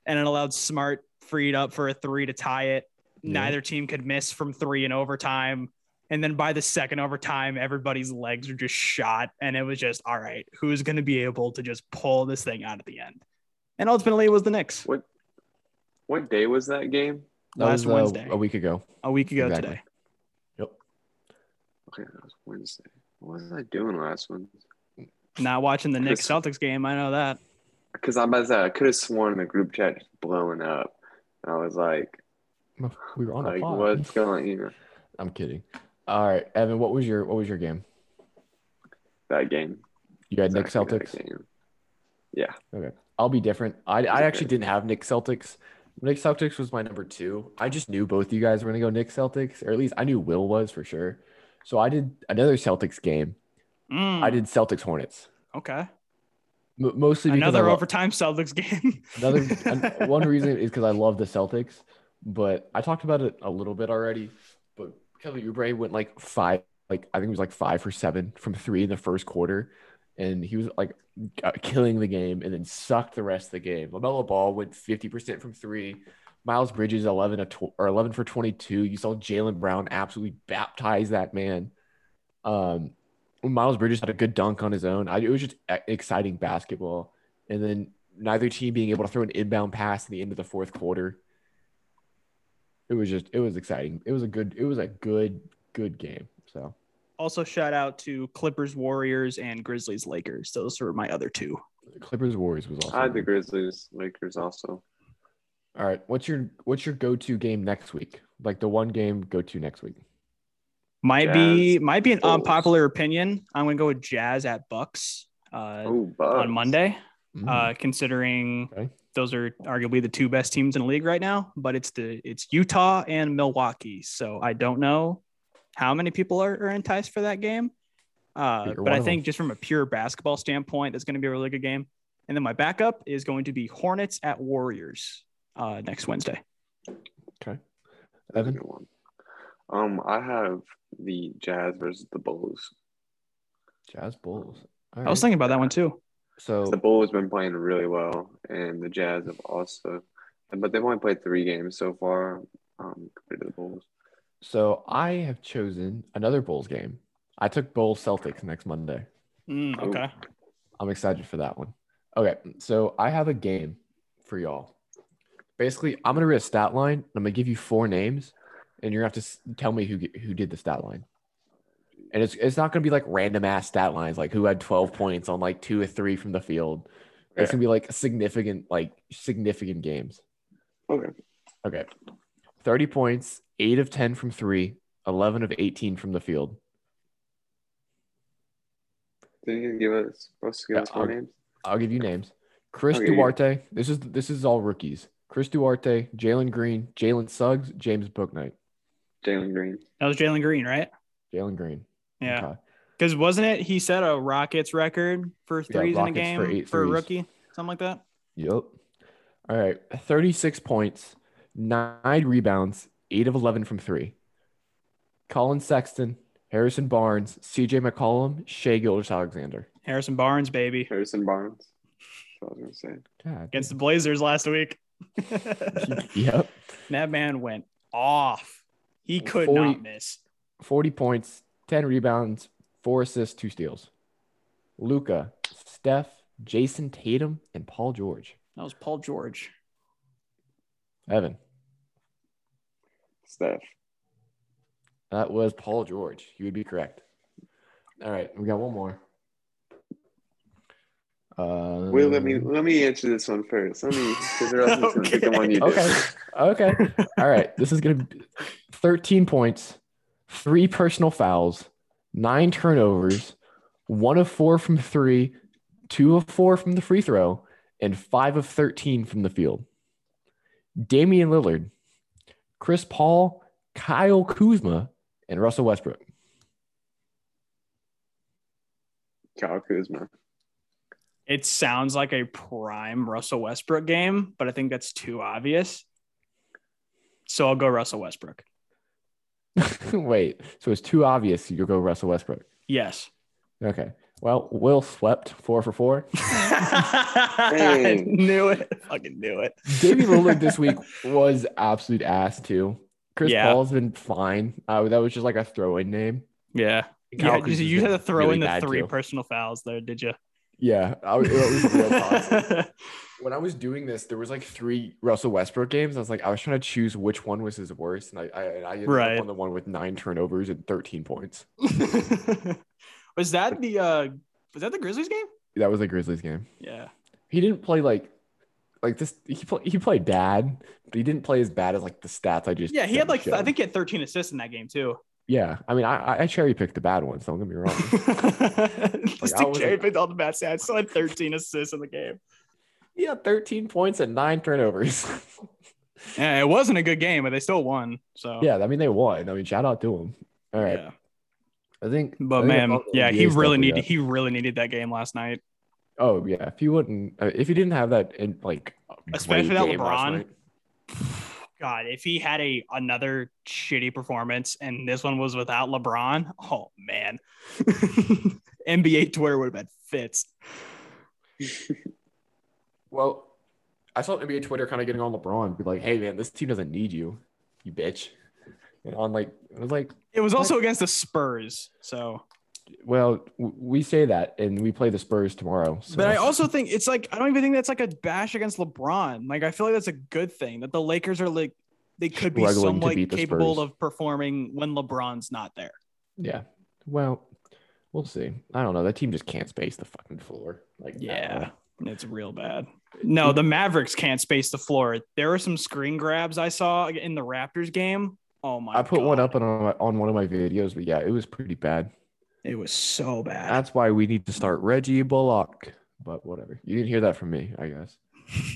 A: and it allowed Smart freed up for a three to tie it.
B: Yeah.
A: Neither team could miss from three in overtime. And then by the second overtime, everybody's legs are just shot. And it was just, all right, who's going to be able to just pull this thing out at the end? And ultimately, it was the Knicks
C: What day was that game?
B: That
A: Last
B: was, uh,
A: Wednesday.
B: a week ago.
A: a week ago
B: Exactly.
A: today.
C: Okay, that was Wednesday. What was I doing last one?
A: Not watching the Knicks Celtics game. I know that.
C: Because I'm about to say, I could have sworn the group chat just blowing up. And I was like,
B: Oh, We were on the
C: like
B: pod.
C: what's going on?
B: I'm kidding. All right, Evan, what was your what was your game?
C: That game.
B: You had Nick
C: Exactly, that
B: Celtics.
C: game.
B: I'll be different. I, I
C: Okay.
B: actually didn't have Nick Celtics. Nick Celtics was my number two. I just knew both you guys were gonna go Nick Celtics, or at least I knew Will was for sure. So I did another Celtics game.
A: Mm,
B: I did Celtics Hornets,
A: Okay.
B: M- mostly because I
A: Another
B: lo-
A: overtime Celtics game.
B: another an- one reason is because I love the Celtics. But I talked about it a little bit already. But Kelly Oubre went like five, like I think it was like five for seven from three in the first quarter, and he was like uh, killing the game, and then sucked the rest of the game. Lamelo Ball went fifty percent from three. Miles Bridges eleven of tw- or eleven for twenty two. You saw Jalen Brown absolutely baptize that man. Um, Miles Bridges had a good dunk on his own. I, it was just e- exciting basketball, and then neither team being able to throw an inbound pass at the end of the fourth quarter. it was just it was exciting. It was a good it was a good good game. So
A: Also, shout out to Clippers, Warriors, and Grizzlies, Lakers. Those are my other two.
B: Clippers Warriors was also
C: I had the
B: good.
C: Grizzlies, Lakers also.
B: All right, what's your what's your go to game next week? Like the one game go to next week.
A: Might be
C: Jazz,
A: might be an
C: Bulls.
A: unpopular opinion. I'm gonna go with Jazz at Bucks uh,
C: Oh, Bucks.
A: on Monday.
B: Mm.
A: uh, considering
B: Okay.
A: those are arguably the two best teams in the league right now. But it's the it's Utah and Milwaukee, so I don't know how many people are, are enticed for that game. Uh,
B: You're
A: but
B: one
A: I
B: of
A: think
B: them.
A: just from a pure basketball standpoint, that's going to be a really good game. And then my backup is going to be Hornets at Warriors uh, next Wednesday.
C: That's a
B: Evan?
C: good one. Um, I have the Jazz versus the Bulls.
B: Jazz Bulls. All
A: I was
B: right.
A: thinking about that one too.
B: so
C: The Bulls been playing really well, and the Jazz have also, but they've only played three games so far um, compared to the Bulls.
B: so I have chosen another Bulls game. I took Bulls Celtics next Monday.
A: Mm,
C: Oh.
A: okay.
B: I'm excited for that one. Okay, so I have a game for y'all. Basically, I'm gonna read a stat line. and I'm gonna give you four names, and you're gonna have to s- tell me who who did the stat line. And it's it's not gonna be like random ass stat lines, like who had 12 points on like two or three from the field. It's
C: Yeah.
B: gonna be like significant, like significant games.
C: Okay.
B: Okay. 30 points, eight of 10 from three, 11 of 18 from the field.
C: Did you give us supposed to give
B: Yeah,
C: us four
B: I'll-
C: names?
B: I'll give you names. Chris
C: Okay, you-
B: Duarte. This is this is all rookies. Chris Duarte, Jalen Green, Jalen Suggs, James Booknight.
C: Jalen Green.
A: That was Jalen Green, right?
B: Jalen Green.
A: Yeah.
B: Okay.
A: Because wasn't it he set a Rockets record for threes in a
B: Rockets
A: game
B: for eight
A: for a
B: threes.
A: rookie, something like that?
B: Yep. All right. 36 points, nine rebounds, eight of 11 from three. Colin Sexton, Harrison Barnes, CJ McCollum, Shea Gilders Alexander.
A: Harrison Barnes, baby.
C: Harrison Barnes. That's what I was gonna say.
A: against the Blazers last week.
B: yep.
A: that man went off. He could
B: 40.
A: not miss.
B: 40 points, 10 rebounds, four assists, two steals. Luca, Steph, Jason Tatum, and Paul George.
A: That was Paul George.
B: Evan,
C: Steph.
B: that was Paul George. You would be correct. All right, we got one more. Uh,
C: Wait, let me let me answer this one first. Let me figure out this one. Pick the one you did.
B: Okay. Okay. All right. This is going to be 13 points, three personal fouls, nine turnovers, one of four from three, two of four from the free throw, and five of 13 from the field. Damian Lillard, Chris Paul, Kyle Kuzma, and Russell Westbrook.
C: Kyle Kuzma.
A: It sounds like a prime Russell Westbrook game, but I think that's too obvious. So I'll go Russell Westbrook.
B: Wait. So it's too obvious you'll go Russell Westbrook.
A: Yes.
B: Okay. Well, Will swept four for four.
A: I knew it. Fucking knew it.
B: Davey Lillard this week was absolute ass too. Chris
A: Yeah.
B: Paul's been fine. Uh, that was just like a throw-in name.
A: Yeah.
B: Kyle
A: yeah you
B: Kuzma's
A: you had
B: been
A: to throw
B: really
A: in the
B: bad,
A: three
B: too.
A: personal fouls there, did you?
B: Oh, Yeah, I was- it was real toxic. when I was doing this, there was like three Russell Westbrook games. I was like, I was trying to choose which one was his worst, and I I, and I ended
A: Right.
B: up on the one with nine turnovers and thirteen points.
A: was that the uh was that the Grizzlies game?
B: That was a Grizzlies game.
A: Yeah.
B: He didn't play like like this. He play, he played bad, but he didn't play as bad as like the stats I just
A: Yeah, he had like I
B: showed.
A: think he had 13 assists in that game too.
B: yeah. I mean, I I cherry picked the bad ones. Don't get me wrong.
A: Just
B: I
A: to
B: was
A: carry
B: like-
A: picked all the bad stats. Still had 13 assists in the game.
B: he had thirteen points and nine turnovers.
A: Yeah, it wasn't a good game, but they still won. So
B: Yeah, I mean they won. I mean, shout out to him. All right,
A: Yeah.
B: I think. I
A: But
B: think
A: man,
B: that's all the
A: yeah,
B: NBA
A: he
B: stuff
A: really
B: we
A: needed
B: got.
A: he really needed that game last night.
B: Oh yeah, if he wouldn't, uh, if he didn't have that, in like
A: Especially
B: great
A: that
B: game last
A: LeBron.
B: night.
A: God, if he had a another shitty performance and this one was without LeBron, oh man. NBA Twitter would have had fits.
B: Well, I saw NBA Twitter kind of getting on LeBron, be like, "Hey man, this team doesn't need you, you bitch." And on like, I was like,
A: It was also against the Spurs. So
B: "Well, w- we say that, and we play the Spurs tomorrow." So.
A: But I also think it's like I don't even think that's like a bash against LeBron. Like I feel like that's a good thing that the Lakers are like they could be
B: Struggling to
A: somewhat
B: beat the
A: capable
B: Spurs.
A: of performing when LeBron's not there.
B: Yeah. Well, we'll see. I don't know. That team just can't space the fucking floor. Like, at
A: Yeah,
B: all.
A: it's real bad. No, the Mavericks can't space the floor. There were some screen grabs I saw in the Raptors game. Oh my!
B: I put one
A: God.
B: up on my, on one of my videos, but yeah, it was pretty bad.
A: It was so bad.
B: That's why we need to start Reggie Bullock. But whatever. You didn't hear that from me, I guess.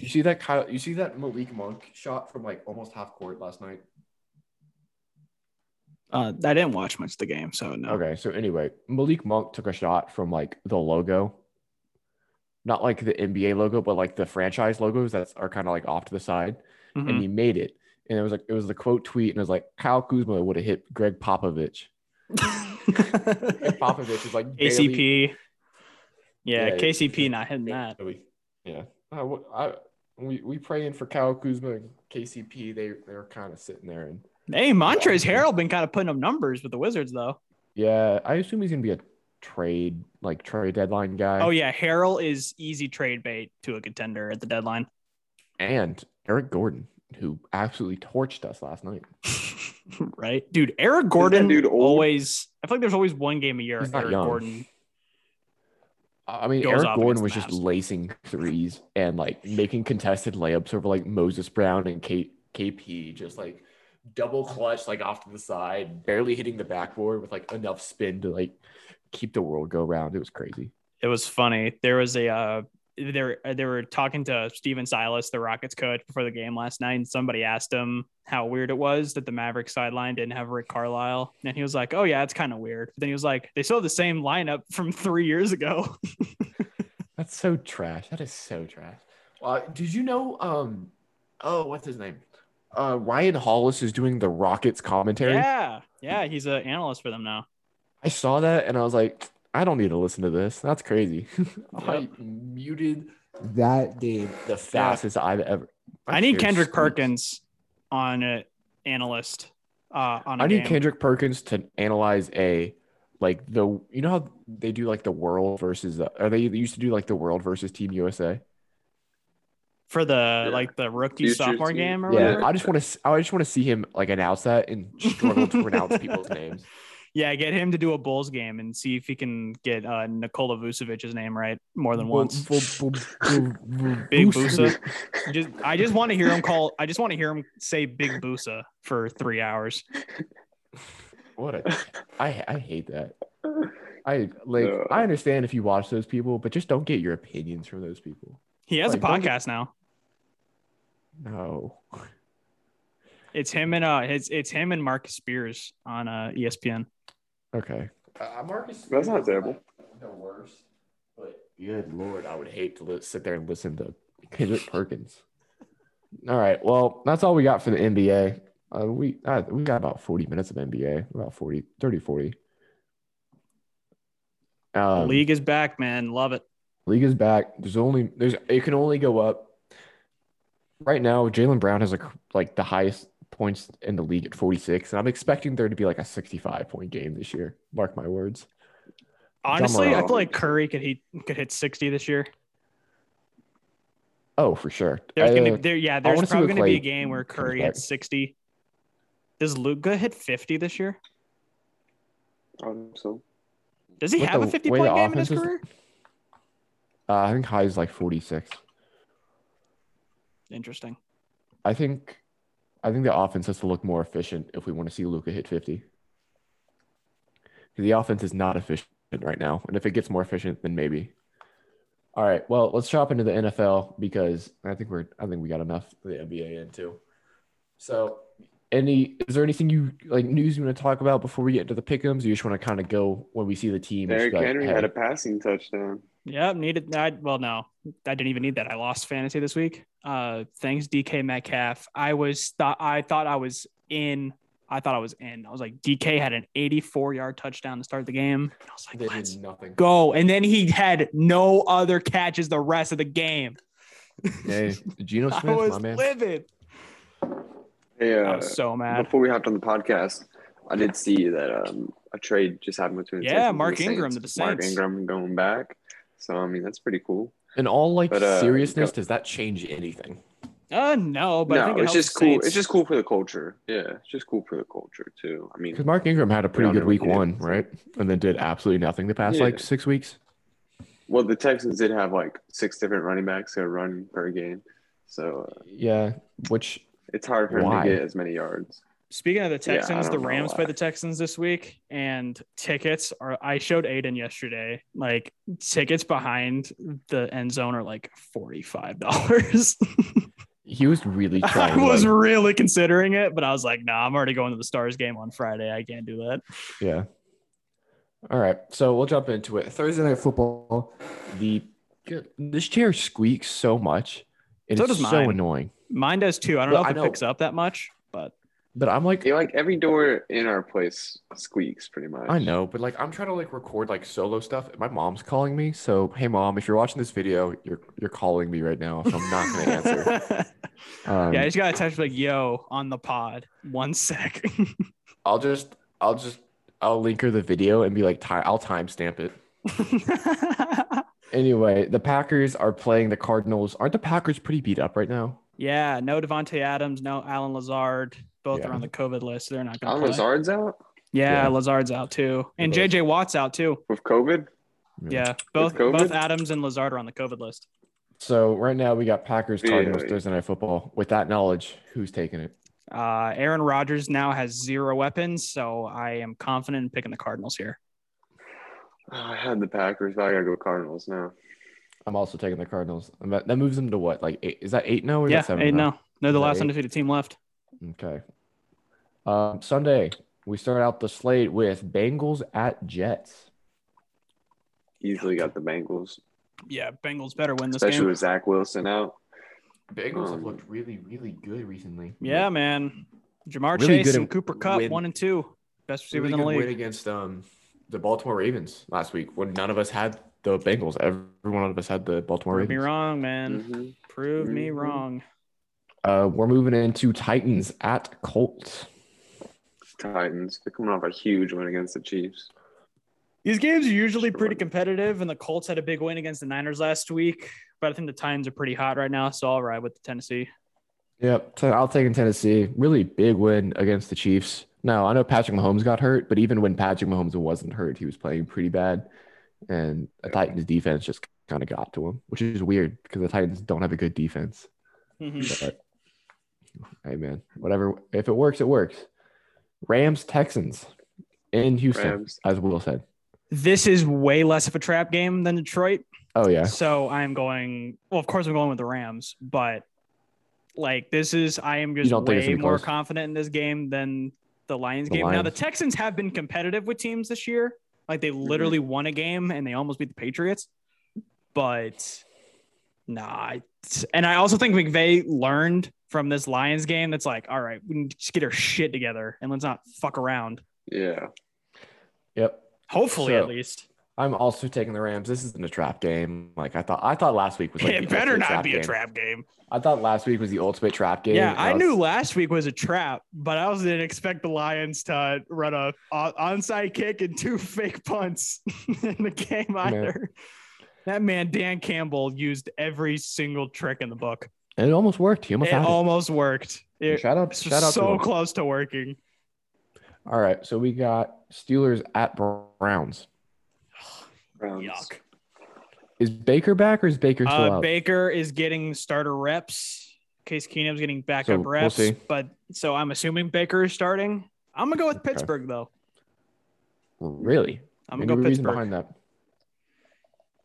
B: You see that Kyle? You see that Malik Monk shot from like almost half court last night?
A: Uh, I didn't watch much of the game, so no.
B: Okay, so anyway, Malik Monk took a shot from like the logo, not like the NBA logo, but like the franchise logos that are kind of like off to the side,
A: Mhm.
B: and he made it. And it was like it was the quote tweet, and it was like Kyle Kuzma would have hit Greg Popovich. Greg Popovich is like barely-
A: KCP. Yeah,
B: Yeah,
A: KCP not hitting that.
B: So we- yeah, I, wa- I, we we praying for Kyle Kuzma and KCP. They they're kind of sitting there, and
A: Hey, Montrez Harrell been kind of putting up numbers with the Wizards though.
B: yeah, I assume he's gonna be a trade like trade deadline guy.
A: Oh yeah, Harrell is easy trade bait to a contender at the deadline.
B: and Eric Gordon, who absolutely torched us last night.
A: right, dude. Eric Gordon,
C: dude old?
A: always. I feel like there's always one game a year.
B: He's not
A: Eric
B: young.
A: Gordon.
B: I mean,
A: Goes
B: Eric
A: off
B: Gordon
A: against
B: was
A: the
B: just
A: Mavs.
B: lacing threes and like making contested layups over like Moses Brown and K- KP, just like double clutch, like off to the side, barely hitting the backboard with like enough spin to like keep the world go round. It was crazy.
A: It was funny. There was a. Uh, there, they were talking to Steven Silas, the Rockets coach, before the game last night, and somebody asked him how weird it was that the Mavericks sideline didn't have Rick Carlisle, and he was like, "Oh yeah, it's kind of weird." But then he was like, "They still have the same lineup from three years ago."
B: That's so trash. That is so trash. Uh, did you know? Um, oh, what's his name? Uh, Ryan Hollis is doing the Rockets commentary.
A: yeah, yeah, he's an analyst for them now.
B: I saw that and I was like, I don't need to listen to this. That's crazy. I muted that game the fastest I've ever.
A: I need
B: Here's
A: Kendrick
B: speech.
A: Perkins on an analyst. Uh, on a
B: I need
A: game.
B: Kendrick Perkins to analyze a like the you know how they do like the world versus the, or they used to do like the world versus Team USA.
A: for the
C: Yeah.
A: like the rookie
C: Future
A: sophomore
C: team.
A: game or
C: Yeah.
A: whatever.
B: I just want to I just want to see him like announce that and struggle to pronounce people's names.
A: Yeah, get him to do a Bulls game and see if he can get uh, Nikola Vucevic's name right more than once. Big Busa. Just, I just want to hear him call. I just want to hear him say Big Busa for three hours.
B: What a I I hate that. I like
C: No.
B: I understand if you watch those people, but just don't get your opinions from those people.
A: He has a
B: Like, don't get-
A: podcast now.
B: No.
A: It's him and uh, it's it's him and Marcus Spears on uh ESPN.
B: Okay. Uh, Marcus.
C: That's not terrible.
B: The worst, but good lord, I would hate to li- sit there and listen to Kendrick Perkins. all right, well, that's all we got for the NBA. Uh, we uh, we got about 40 minutes of NBA, about 40, 30, 40. Um,
A: League is back, man. Love it.
B: League is back. There's only there's it can only go up. Right now, Jalen Brown has like like the highest points in the league at 46, and I'm expecting there to be like a 65 point game this year. Mark my words.
A: Honestly, I
C: Morant.
A: feel like Curry could hit could hit sixty this year.
B: Oh, for sure.
A: There's gonna
B: Uh,
A: be there, yeah. There's
B: wanna see
A: probably
B: what
A: gonna be a
B: Klay
A: game where
B: comes
A: Curry
B: back.
A: hits sixty. Does Luca hit fifty this year?
C: Um, so
A: Does he
B: With
A: have a
B: the
A: fifty
B: way the
A: point game in his
B: offense is-
A: career?
B: uh, I think high is like 46.
A: Interesting.
B: I think I think the offense has to look more efficient if we want to see Luca hit 50. 'Cause The offense is not efficient right now, and if it gets more efficient, then maybe. All right, well, let's chop into the NFL because I think we're I think we got enough for the NBA in too. So, any is there anything you like news you want to talk about before we get into the pickums? You just want to kind of go when we see the team. and just
C: Derrick
B: be like,
C: Henry
B: hey.
C: had a passing touchdown.
A: Yep, needed. I, well, no, I didn't even need that. I lost fantasy this week. Uh, thanks, DK Metcalf. I was thought I thought I was in. I thought I was in. I was like, DK had an 84 yard touchdown to start the game. And I was
B: They
A: like,
B: did
A: let's
B: nothing.
A: go. And then he had no other catches the rest of the game.
B: Hey, Geno Smith,
A: I was
B: my man.
A: livid.
C: Hey,
A: I
C: uh,
A: was so mad.
C: before we hopped on the podcast, I did see that um, a trade just happened between the
A: Yeah,
C: Texans and
A: Mark
C: the
A: Ingram
C: Saints.
A: to the
C: Mark
A: Saints.
C: Ingram going back. So I mean that's pretty cool.
B: In all like
C: But, uh,
B: seriousness,
C: go-
B: does that change anything?
A: Uh, no, but I
C: no,
A: think it helps
C: it's just cool.
A: Saints.
C: It's just cool for the culture. Yeah, it's just cool for the culture too. I
B: Because
C: mean,
B: Mark Ingram had a pretty
C: don't
B: good
C: know
B: week
C: what he did.
B: one, right? And then did absolutely nothing the past
C: Yeah.
B: like six weeks.
C: well, the Texans did have like six different running backs that run per game, so uh,
B: Yeah, which
C: it's hard for
B: Why?
C: him to get as many yards.
A: Speaking of the
C: Yeah, I
A: Texans, the
C: don't know
A: Rams
C: why.
A: play the Texans this week, and tickets are. I showed Aiden yesterday. Like tickets behind the end zone are like forty five dollars.
B: he was really
A: I
B: trying. to,
A: was
B: like-
A: really considering it, but I was like, nah, I'm already going to the Stars game on Friday. I can't do that.
B: Yeah. All right. So we'll jump into it. Thursday night football. The this chair squeaks so much. It
A: So
B: is
A: does
B: so
A: mine.
B: annoying.
A: Mine does too. I don't
B: Well,
A: know if
B: I
A: it
B: know.
A: picks up that much, but
B: But I'm like,
C: Yeah, like every door in our place squeaks pretty much.
B: I know, but like I'm trying to like record like solo stuff. My mom's calling me. So hey mom, if you're watching this video, you're you're calling me right now. So I'm not gonna answer. Um,
A: yeah, I just got a text like, yo, on the pod. One sec.
B: I'll just I'll just I'll link her the video and be like, ti- I'll timestamp it. Anyway, the Packers are playing the Cardinals. Aren't the Packers pretty beat up right now?
A: yeah, no Devontae Adams, no Alan Lazard. Both
B: Yeah.
A: are on the COVID list. They're not going
C: Alan
A: to play.
C: Lazard's out
A: Yeah,
B: Yeah.
A: Lazard's out too, and
B: Both.
A: JJ Watt's out too.
C: with COVID.
A: Yeah, both
C: COVID?
A: both Adams and Lazard are on the COVID list.
B: So right now we got Packers,
C: Yeah.
B: Cardinals, Thursday night football. With that knowledge, who's taking it?
A: Uh, Aaron Rodgers now has zero weapons, so I am confident in picking the Cardinals here.
C: Oh, I had the Packers, but I gotta go Cardinals now.
B: I'm also taking the Cardinals. And That, that moves them to what? Like eight, is that eight now or is
A: yeah,
B: that seven?
A: eight
B: now?
A: no, they're the
B: Is that
A: last
B: eight?
A: undefeated team left.
B: Okay. Um, Sunday we start out the slate with Bengals at Jets.
C: Easily got the Bengals,
A: Yeah, Bengals better win this
C: especially
A: game.
C: with Zach Wilson out.
B: Bengals have
C: Um,
B: looked really, really good recently.
A: Hmm. yeah, man, Jamar
B: Really
A: Chase
B: good
A: and
B: at
A: Cooper Cup,
B: win-
A: one and two, best receivers
B: really
A: in the
B: good win
A: league.
B: against um, the Baltimore Ravens last week when none of us had the Bengals. Every one of us had the Baltimore
A: Prove me
B: Ravens. Mm-hmm.
A: wrong, man.
C: Mhm.
A: Prove me
C: Mhm.
A: wrong.
B: Uh, we're moving into Titans at Colts.
C: Titans, they're coming off a huge win against the Chiefs.
A: These games are usually
C: Sure.
A: pretty competitive, and the Colts had a big win against the Niners last week. But I think the Titans are pretty hot right now, so I'll ride with the Tennessee.
B: Yep, so I'll take in Tennessee. Really big win against the Chiefs. Now I know Patrick Mahomes got hurt, but even when Patrick Mahomes wasn't hurt, he was playing pretty bad, and the Titans defense just kind of got to him, which is weird because the Titans don't have a good defense. But hey, man, whatever. If it works, it works. Rams Texans in Houston,
C: Rams.
B: as Will said.
A: This is way less of a trap game than Detroit.
B: Oh yeah,
A: So I'm going, well, of course, I'm going with the Rams, but like this is, I am just
B: don't think it's
A: way
B: gonna be
A: more
B: close?
A: confident in this game than the Lions
B: The
A: game. Now, the
B: Lions.
A: Texans have been competitive with teams this year. Like they literally won a game and they almost beat the Patriots. But nah, I- and I also think McVay learned from this Lions game that's like, all right, we need to just get our shit together and let's not fuck around.
C: Yeah,
B: yep.
A: Hopefully,
B: So-
A: at least.
B: I'm also taking the Rams. This isn't a trap game. Like I thought. I thought last week was. Like, the
A: it better
B: ultimate
A: not be a
B: game.
A: trap game.
B: I thought last week was the ultimate trap game.
A: Yeah,
B: and
A: I
B: was-
A: knew last week was a trap, but I also didn't expect the Lions to run a o- onside kick and two fake punts in the game either. That man Dan Campbell used every single trick in the book.
B: And it almost worked. He almost
A: It
B: had it.
A: almost worked. It
B: shout out,
A: was
B: shout out to
A: so
B: him.
A: close to working.
B: All right, so we got Steelers at Browns.
C: Browns.
A: Yuck.
B: Is Baker back or is Baker still
A: Uh,
B: out?
A: Baker is getting starter reps. Case Keenum's getting
B: So,
A: backup
B: we'll
A: reps,
B: see.
A: but so I'm assuming Baker is starting. I'm gonna go with Pittsburgh though.
B: really?
A: I'm gonna
B: Any
A: go
B: reason
A: Pittsburgh.
B: behind that?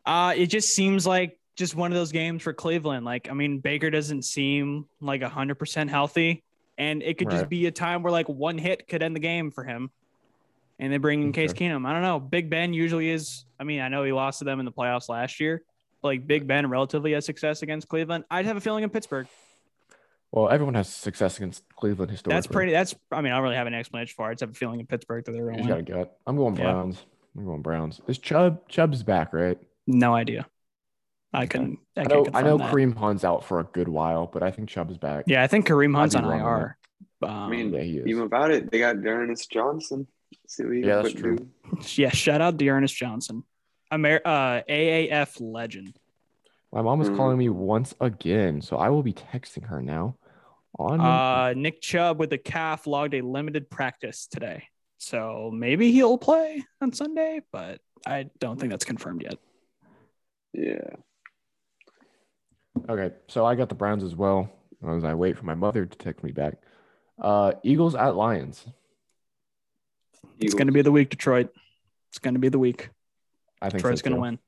A: Uh, it just seems like just one of those games for Cleveland. Like, I mean, Baker doesn't seem like 100% healthy, and it could just
B: Right.
A: be a time where like one hit could end the game for him. And they bring in Case Keenum. I don't know. Big Ben usually is. I mean, I know he lost to them in the playoffs last year. But like Big Ben relatively has success against Cleveland. I'd have a feeling in Pittsburgh.
B: Well, everyone has success against Cleveland historically.
A: That's pretty. That's. I mean, I don't really have an explanation for it. I just have a feeling in Pittsburgh that they're
B: You
A: going
B: just
A: to
B: gotta
A: win.
B: gut. I'm going
A: Yeah.
B: Browns. I'm going Browns. Is Chubb? Chubb's back, right?
A: No idea. I couldn't. I,
B: I
A: can't
B: know. I
A: confirm
B: know
A: that.
B: Kareem Hunt's out for a good while, but I think Chubb's back.
A: Yeah, I think Kareem Hunt's
B: be
A: on
B: wrong on
A: IR. Um,
C: I mean,
B: Yeah, he is.
C: even about it, they got Darnus Johnson. See what he
B: Yeah,
C: can
B: that's
C: put
B: true.
C: through.
A: Yeah, shout out Dearness Johnson, Amer- uh, AAF legend.
B: My mom is
C: Mm.
B: calling me once again, so I will be texting her now. On
A: Uh, Nick Chubb with the calf logged a limited practice today. So maybe he'll play on Sunday, but I don't think that's confirmed yet.
C: Yeah.
B: okay, so I got the Browns as well as I wait for my mother to text me back. Uh, Eagles at Lions.
A: It's going to be the week, Detroit. It's going to be the week.
B: I think
A: Detroit's
B: so
A: going to
B: too.
A: win.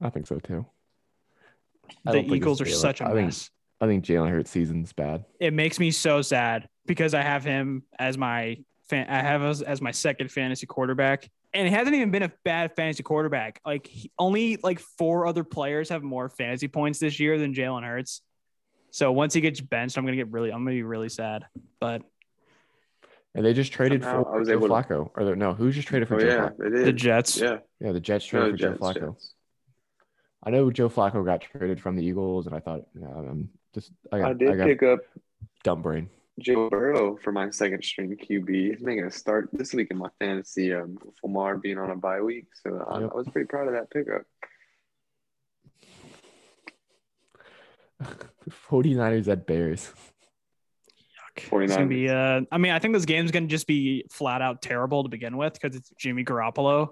B: I think so too. I
A: The
B: don't think it's
A: Eagles are
B: Jalen.
A: such a
B: I think-
A: mess.
B: I think Jalen Hurts' season's bad.
A: It makes me so sad because I have him as my fan. I have as, as my second fantasy quarterback, and it hasn't even been a bad fantasy quarterback. Like he, only like four other players have more fantasy points this year than Jalen Hurts. So once he gets benched, I'm gonna get really, I'm gonna be really sad. But
B: And they just traded
C: Somehow
B: for
C: I was
B: Joe
C: able to-
B: Flacco. Or the- no, who's just traded for
C: Oh
B: Joe
C: yeah,
B: Flacco?
C: they
A: the
C: did.
A: Jets,
C: yeah.
B: Yeah, the Jets
C: No,
B: traded for
C: Jets,
B: Joe Flacco.
C: Jets.
B: I know Joe Flacco got traded from the Eagles, and I thought, yeah, I'm just, I got,
C: I
B: I
C: did
B: got
C: pick up
B: dumb brain.
C: Joe Burrow for my second string QB. He's making a start this week in my fantasy. Um, with Lamar being on a bye week, so uh, I,
B: Yep.
C: I was pretty proud of that pickup.
B: 49ers at Bears.
A: It's gonna
C: 49ers.
A: be. Uh, I mean, I think this game's gonna just be flat out terrible to begin with because it's Jimmy Garoppolo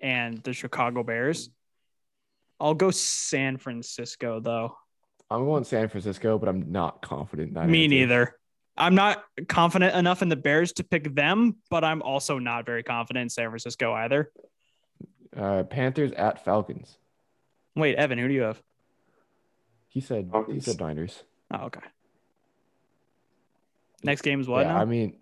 A: and the Chicago Bears. I'll go San Francisco though.
B: I'm going San Francisco, but I'm not confident. in That
A: Me
B: answer.
A: neither. I'm not confident enough in the Bears to pick them, but I'm also not very confident in San Francisco either.
B: Uh, Panthers at Falcons.
A: Wait, Evan, who do you have?
B: He said, he
C: Falcons.
B: said Niners.
A: Oh, okay. Next game is what
B: yeah,
A: now?
B: I mean,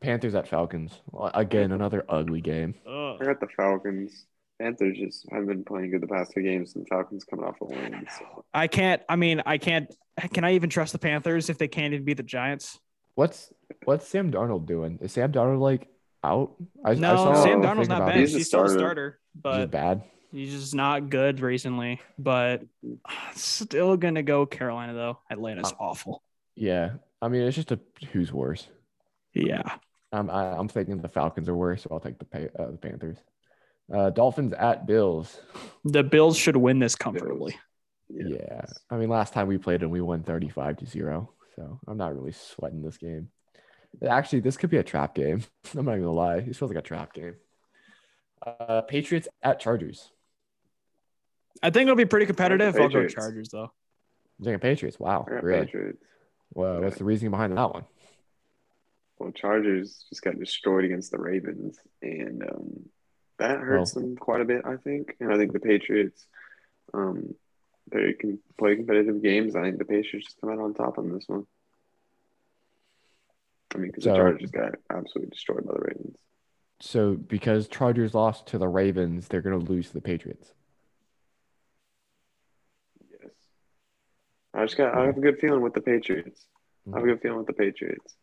B: Panthers at Falcons. Well, Again, another ugly game.
A: Ugh.
C: I got the Falcons. Panthers just haven't been playing good the past two games, and Falcons coming off a win. So.
A: I can't. I mean, I can't. Can I even trust the Panthers if they can't even beat the Giants?
B: What's what's Sam Darnold doing? Is Sam Darnold like out? I, I
A: No,
B: saw
A: Sam
B: a
A: Darnold's
B: thing
A: not
B: about
A: bad.
B: it.
A: He's,
C: He's a
A: still a
C: starter.
A: starter,
B: He's
A: but
B: bad.
A: he's just not good recently. But still gonna go Carolina though. Atlanta's awful.
B: Yeah, I mean, it's just a who's worse.
A: Yeah.
B: I'm Um, I, I'm thinking the Falcons are worse, so I'll take the pay, uh, the Panthers. Uh, Dolphins at Bills.
A: The Bills should win this comfortably.
B: Yeah. I mean, last time we played and we won 35 to zero, so I'm not really sweating this game. Actually, this could be a trap game. I'm not gonna lie, this feels like a trap game. Uh, Patriots at Chargers.
A: I think it'll be pretty competitive. I'll go
C: Patriots.
A: Chargers though.
B: I'm taking Patriots. Wow,
C: I got
B: really?
C: Patriots.
B: Well, what's the reasoning behind that one?
C: Well, Chargers just got destroyed against the Ravens, and um, that hurts them quite a bit, I think. And I think the Patriots, um, they can play competitive games. I think the Patriots just come out on top on this one. I mean, because
B: So-
C: the Chargers got absolutely destroyed by the Ravens.
B: So because Chargers lost to the Ravens, they're gonna lose to the Patriots.
C: Yes, I just got. I have a good feeling with the Patriots. I have a
B: Mhm.
C: good feeling with the Patriots.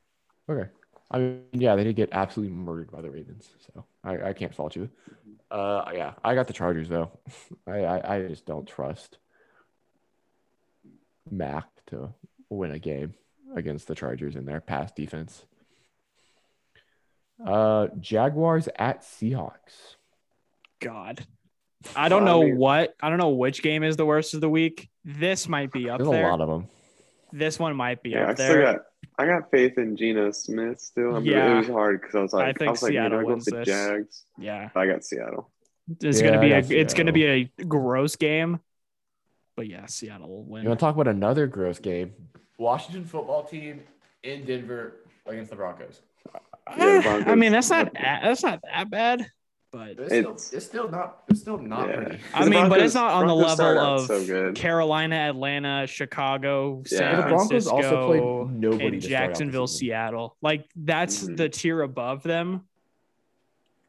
B: Okay. I mean, yeah, they did get absolutely murdered by the Ravens, so I, I can't fault you. Uh, yeah, I got the Chargers though. I, I, I just don't trust Mac to win a game against the Chargers and their pass defense. Uh, Jaguars at Seahawks.
A: God. I don't
C: Well,
A: know
C: I mean-
A: what I don't know which game is the worst of the week. This might be up
B: There's
A: there.
B: a lot of them.
A: this one might be
C: Yeah, I
A: up
C: still
A: there.
C: got. I got faith in Geno Smith still. I mean,
A: Yeah.
C: it was hard because I was like,
A: I
C: I,
A: think
C: was like, man,
A: Seattle
C: I go with
A: wins
C: the
A: this.
C: Jags.
A: yeah.
C: I got Seattle.
A: It's
B: Yeah,
A: gonna be
B: I
A: a
B: got
A: it's gonna be a gross game. But yeah, Seattle will
B: You
A: win.
B: want to talk about another gross game? Washington football team in Denver against the Broncos.
A: Eh,
C: Broncos.
A: I mean that's not a- that's not that bad, but
B: It's,
C: still-
B: still, it's still not. It's still not
C: Yeah.
B: pretty.
A: I
C: The
A: mean, but it's
C: Broncos-
A: not on the
C: Broncos
A: level
C: started out
A: of
C: so good.
A: Carolina, Atlanta, Chicago, San
C: Yeah,
B: the
A: Francisco.
B: Broncos also played nobody.
A: and
B: to start out the
A: Jacksonville,
B: season. Mm-hmm.
A: Seattle. Like that's
C: Mhm.
A: the tier above them.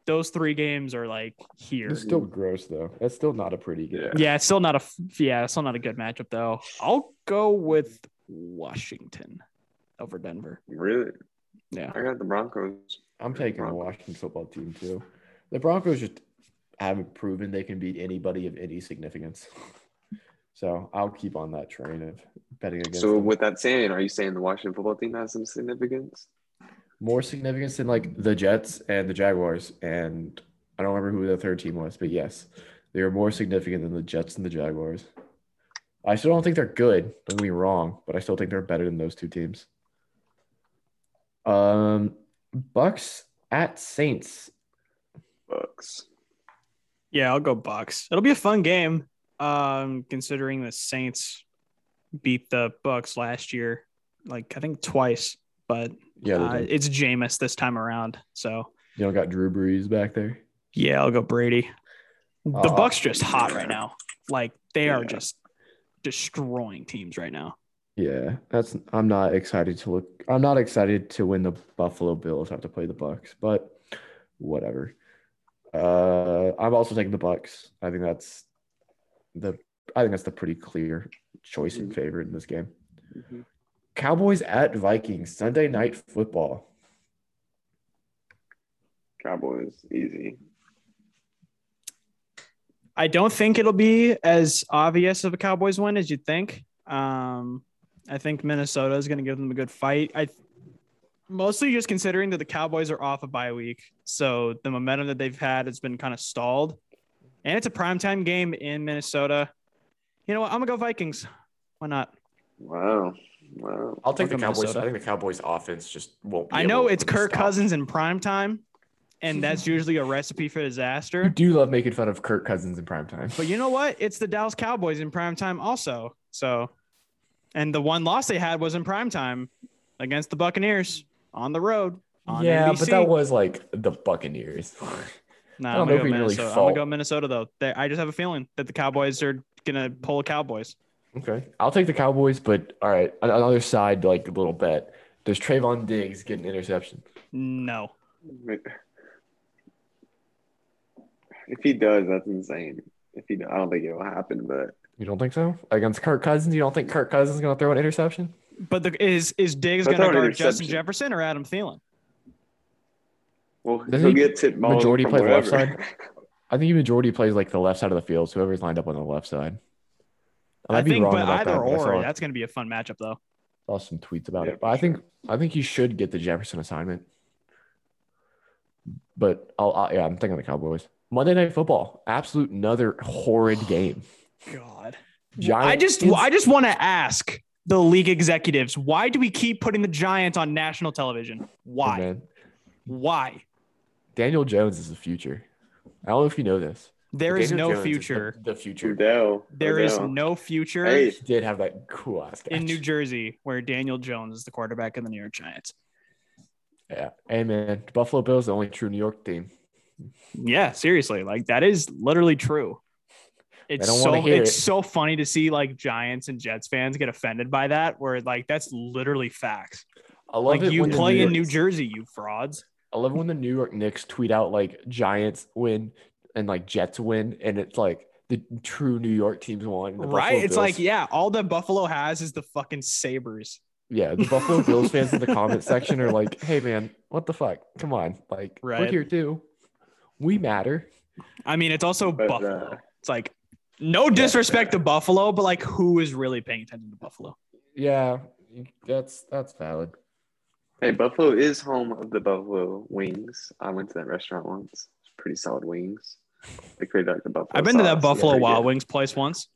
A: Those three games are like here.
B: It's still gross though. That's still not a pretty game.
C: Yeah.
A: yeah, it's still not a f- yeah, it's still not a good matchup though. I'll go with Washington over Denver.
C: Really?
A: Yeah.
C: I got the Broncos.
B: I'm taking the
C: Broncos.
B: Washington football team too. The Broncos just haven't proven they can beat anybody of any significance. So I'll keep on that train of betting against
C: So
B: them.
C: with that saying, are you saying the Washington football team has some significance?
B: more significance than like the Jets and the Jaguars. And I don't remember who the third team was, but yes, they were more significant than the Jets and the Jaguars. I still don't think they're good. Don't get me wrong, but I still think they're better than those two teams. Um, Bucks at Saints.
C: Bucks.
A: Yeah, I'll go Bucks. It'll be a fun game. Um, considering the Saints beat the Bucks last year, like I think twice, but
B: Yeah, they
A: uh,
B: do.
A: it's Jameis this time around. So
B: you know, got Drew Brees back there.
A: yeah, I'll go Brady. The
B: Uh,
A: Bucks just hot right now. Like they are
C: Yeah.
A: just destroying teams right now.
B: Yeah, that's. I'm not excited to look. I'm not excited to when the Buffalo Bills have to play the Bucks, but whatever. Uh, I'm also taking the Bucks. I think that's the. I think that's the pretty clear choice and
C: Mhm.
B: favorite in this game.
A: Mm-hmm.
C: Mhm.
B: Cowboys at Vikings Sunday night football.
C: Cowboys, easy.
A: I don't think it'll be as obvious of a Cowboys win as you'd think. Um, I think Minnesota is going to give them a good fight. I mostly just considering that the Cowboys are off a bye week, so the momentum that they've had has been kind of stalled, and it's a primetime game in Minnesota. You know what? I'm gonna go Vikings. Why not?
C: Wow. Wow.
B: I'll
A: take the Cowboys. Minnesota. I
B: think the Cowboys offense just won't.
A: I know it's Kirk Cousins in primetime, and that's usually a recipe for
B: You
A: disaster.
B: do love making fun of Kirk Cousins in primetime.
A: But you know what? It's the Dallas Cowboys in prime time also. So, and the one loss they had was in prime time against the Buccaneers on the road. On
B: yeah,
A: NBC.
B: but that was like the Buccaneers.
A: Nah,
B: I
A: I'm
B: don't
A: gonna
B: know
A: go
B: if we really
A: Minnesota. I'm
B: fault-
A: gonna go Minnesota though. They- I just have a feeling that the Cowboys are gonna pull Cowboys.
B: Okay. I'll take the Cowboys, but all right. on- Another side, like little bet. Does Trayvon Diggs get an interception?
A: No,
C: If he does, that's insane. If he, I don't think it will happen, but
B: You don't think so? Against Kirk Cousins, you don't think Kirk Cousins is going to throw an interception?
A: but the, is is Diggs
C: But throw
A: gonna
C: an
A: guard Justin
C: interception.
A: Jefferson or Adam Thielen?
C: well,
B: Does
C: he'll
B: he
C: get tip balls
B: majority
C: from
B: play the left
C: wherever.
B: I think he majority plays like the left side of the field, so whoever's lined up on the left side. I might
A: I
B: be
A: think,
B: wrong
A: but
B: about
A: either
B: that, but I
A: or.
B: saw,
A: That's gonna be a fun matchup though.
B: saw some tweets about
C: Yeah,
B: it. But I
C: for sure.
B: think I think he should get the Jefferson assignment. But I'll, i yeah, I'm thinking the Cowboys. Monday Night Football, absolute another horrid game.
A: God.
B: Giants.
A: I just I just want to ask the league executives why do we keep putting the Giants on national television? Why?
B: Man,
A: Why?
B: Daniel Jones is the future. I don't know if you know this.
A: There is
B: Daniel
A: no
B: Jones is the-
A: future.
B: The, future.
C: Odell.
A: There is
C: Odell.
A: no future
C: Hey,
B: He did have that cool ass catch.
A: in New Jersey where Daniel Jones is the quarterback of the New York Giants.
B: Yeah. Hey man, Buffalo Bills the only true New York team.
A: Yeah, seriously, like that is literally true. It's
B: don't
A: so
B: wanna hear
A: it's
B: it.
A: so funny to see like Giants and Jets fans get offended by that, where like that's literally facts.
B: I love
A: Like
B: it
A: you
B: when the
A: play in
B: York-
A: New Jersey, you frauds.
B: I love it when the New York Knicks tweet out like Giants win and like Jets win, and it's like the true New York teams won. and the
A: right?
B: Buffalo
A: it's
B: Bills-
A: like, yeah, all that Buffalo has is the fucking Sabres.
B: yeah. The Buffalo Bills fans in the comment section are like, "Hey man, what the fuck? Come on, like
A: Right.
B: we're here too. We matter."
A: I mean, it's also
C: But, uh,
A: Buffalo. it's like no disrespect to Buffalo, but like who is really paying attention to Buffalo?
B: Yeah, that's that's valid.
C: Hey, Buffalo is home of the Buffalo Wings. I went to that restaurant once. It's pretty solid wings. They created like the Buffalo.
A: I've been to that
C: sauce. It's
A: Buffalo
C: pretty
A: Wild
C: good.
A: Wings place once.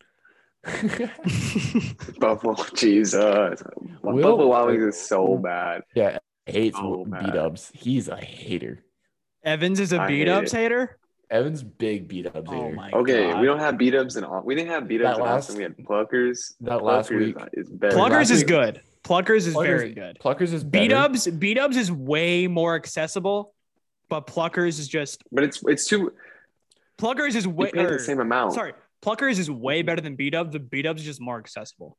C: Buffalo, Jesus.
B: Will- Oh
C: Buffalo Wild Wings is so bad.
B: Yeah, hates
C: So bad.
B: beat ups. He's a hater.
A: Evans is a
C: I hate
A: beat ups hater.
B: Evan's big beat ups hater.
A: Oh my
C: Okay,
A: God.
C: we don't have beat ups in all. We didn't have beat ups
B: That
C: in
B: last-
C: Austin. We had pluckers.
B: that last
C: Pluckers
B: week,
C: is better.
A: Pluggers
B: Last
A: is
B: week-
A: good. Pluggers is
B: Pluckers-
A: very good.
B: Pluckers is
A: Beat
B: better.
A: ups, beat ups is way more accessible, but Pluckers is just
C: but it's it's too.
A: Pluckers is
C: We
A: way.
C: paid
A: or-
C: the same amount.
A: Sorry, Pluckers is way better than beat ups. The beat ups is just more accessible.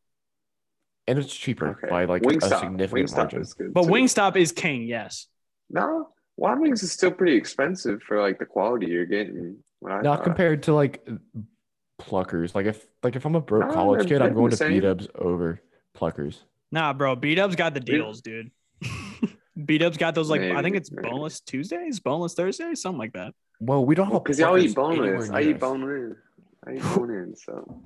B: and it's cheaper
C: Okay.
B: by like a
C: Wingstop.
B: significant
C: Wingstop
B: margin.
C: is good
A: But
C: too.
A: Wingstop is king. Yes.
C: No, Wild Wings is still pretty expensive for like the quality you're getting. When I
B: Not
C: thought.
B: compared to like Pluckers. Like if like if I'm a broke
C: No,
B: college
C: Oh, they're
B: kid, I'm
C: pretty
B: going to
C: the same.
B: beat ups over Pluckers.
A: Nah, bro. Beat ups got the deals, dude. beat ups got those like I think
C: Maybe,
A: it's
C: maybe.
A: boneless Tuesdays, boneless Thursdays, something like that.
B: Well, we don't have a
C: Because y'all eat
B: Pluckers anywhere
C: boneless. I
B: near
C: eat
B: us.
C: boneless. I eat boneless. So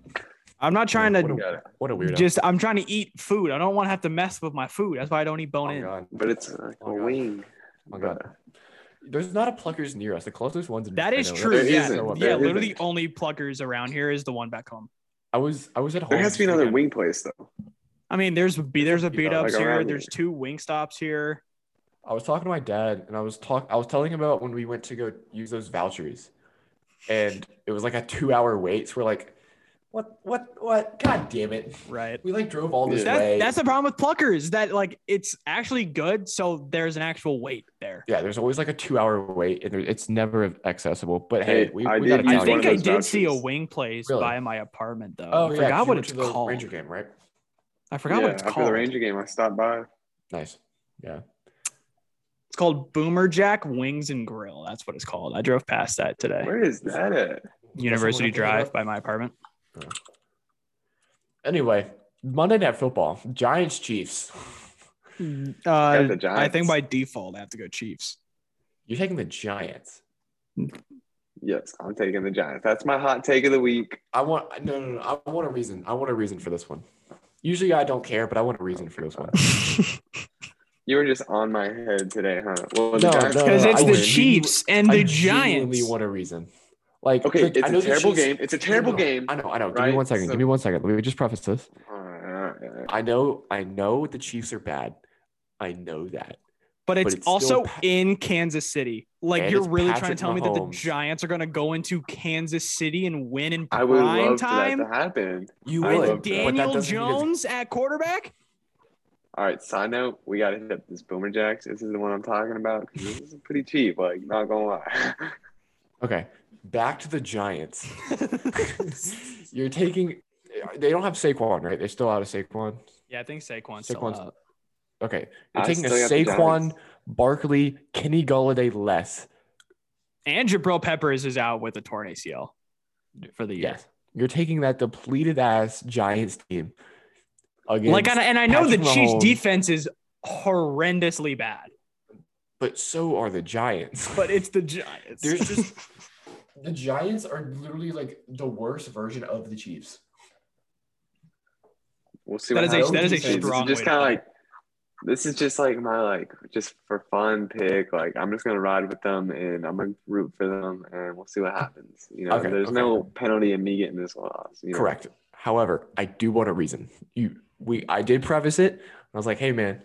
A: I'm not trying
B: What
A: to
B: a, what a weirdo.
A: just. I'm trying to eat food. I don't want to have to mess with my food. That's why I don't eat
B: oh
A: bone
B: my
A: in.
B: god.
C: but it's like
B: Oh,
C: a
B: God.
C: wing.
B: Oh, God. There's not a Pluckers near us. The closest one's in
A: That is
B: Fresno.
A: true.
C: There
A: yeah,
C: isn't.
A: yeah.
C: There
A: Literally,
C: isn't.
A: the only pluckers around here is the one back home.
B: I was I was at home.
C: There has to be
B: this
C: another
B: weekend.
C: wing place though.
A: I mean, there's be there's a
B: You know,
A: beat ups
C: like
A: here.
C: around
A: There's two wing stops here.
B: I was talking to my dad and I was talk I was telling him about when we went to go use those vouchers. And it was like a two hour wait. So we're like, what what what god damn it.
A: Right.
B: We like drove all this
C: Yeah.
B: way.
A: That, that's the problem with pluckers. That like it's actually good, so there's an actual wait there.
B: yeah, there's always like a two hour wait and there, it's never accessible. But hey,
C: Hey,
B: we,
C: I
B: we got
C: did
B: a
C: use
A: I
C: one
A: think
C: of
A: I
C: those
A: did see a
C: vouchers.
A: wing place
B: Really?
A: by my apartment though.
B: Oh,
A: I
B: yeah,
A: forgot
B: 'cause you
A: what
B: went
A: it's
B: to the
A: called.
B: Ranger game, right?
A: I forgot what
C: Yeah,
A: it's
C: after
A: called.
C: the Ranger game, I stopped by.
B: Nice. Yeah.
A: It's called Boomer Jack Wings and Grill. That's what it's called. I drove past that today.
C: Where is that at?
A: University
B: Guess I'm gonna have to look it
A: Drive
B: up.
A: by my apartment.
B: Anyway, Monday night football. Giants Chiefs.
A: Uh,
C: the
A: I think
C: Giants.
A: by default I have to go Chiefs.
B: You're taking the Giants.
C: Yes, I'm taking the Giants. That's my hot take of the week.
B: I want no no no. I want a reason. I want a reason for this one. Usually I don't care, but I want a reason for this one.
C: You were just on my head today, huh? Well,
B: No, no,
C: Uh,
A: Because
B: no,
A: it's
B: I
A: the
B: win.
A: Chiefs and
B: I
A: the
B: genuinely
A: Giants.
B: want a reason. Like
C: Okay,
B: the-
C: it's
B: I
C: a
B: know the
C: terrible
B: Chiefs-
C: game. It's a terrible
B: No, no,
C: game.
B: I know, I know. Give
C: right?
B: me one second.
C: So-
B: Give me one second. Let me just preface this.
C: All right, all right.
B: I know, I know the Chiefs are bad. I know that.
A: But it's,
B: it's still
A: also
B: pa-
A: in Kansas City. Like
B: And
A: you're
B: it's
A: really trying
B: Patrick
A: to tell me that the
B: Mahomes.
A: Giants are going to go into Kansas City and win in
C: I would
A: prime
C: love
A: time
C: for that to happen.
B: You
C: I
B: would,
C: love
A: with
C: that.
B: but that
A: Daniel
B: doesn't mean it's-
A: Jones at quarterback.
C: All right, side note, we got to hit up this Boomer Jacks. This is the one I'm talking about. 'cause This is pretty cheap, like, not gonna lie.
B: Okay, back to the Giants. You're taking. They don't have Saquon, right? They're still out of Saquon.
A: yeah, I think Saquon's, still
B: Saquon's-
A: up.
B: Okay, you're
C: I
B: taking a
C: still got the
B: Saquon,
C: Giants.
B: Barkley, Kenny Galladay less.
A: And Jabril Peppers is out with a torn ACL for the year.
B: Yes, you're taking that depleted ass Giants team. Against
A: Like, and I, and I know the
B: Patrick
A: Chiefs'
B: Mahomes.
A: defense is horrendously bad,
B: but so are the Giants.
A: but it's the Giants.
B: There's just the Giants are literally like the worst version of the Chiefs.
C: We'll see
A: That
C: what
A: is a-
C: happens.
B: that is a
C: This
A: strong
C: Just
A: way to
C: kind of
A: put it.
C: like, this is just like my like, just for fun pick. Like, I'm just gonna ride with them and I'm gonna root for them, and we'll see what happens. You know,
B: Okay,
C: there's
B: okay.
C: no penalty in me getting this loss. You know?
B: Correct. However, I do want a reason. You we I did preface it. I was like, hey man,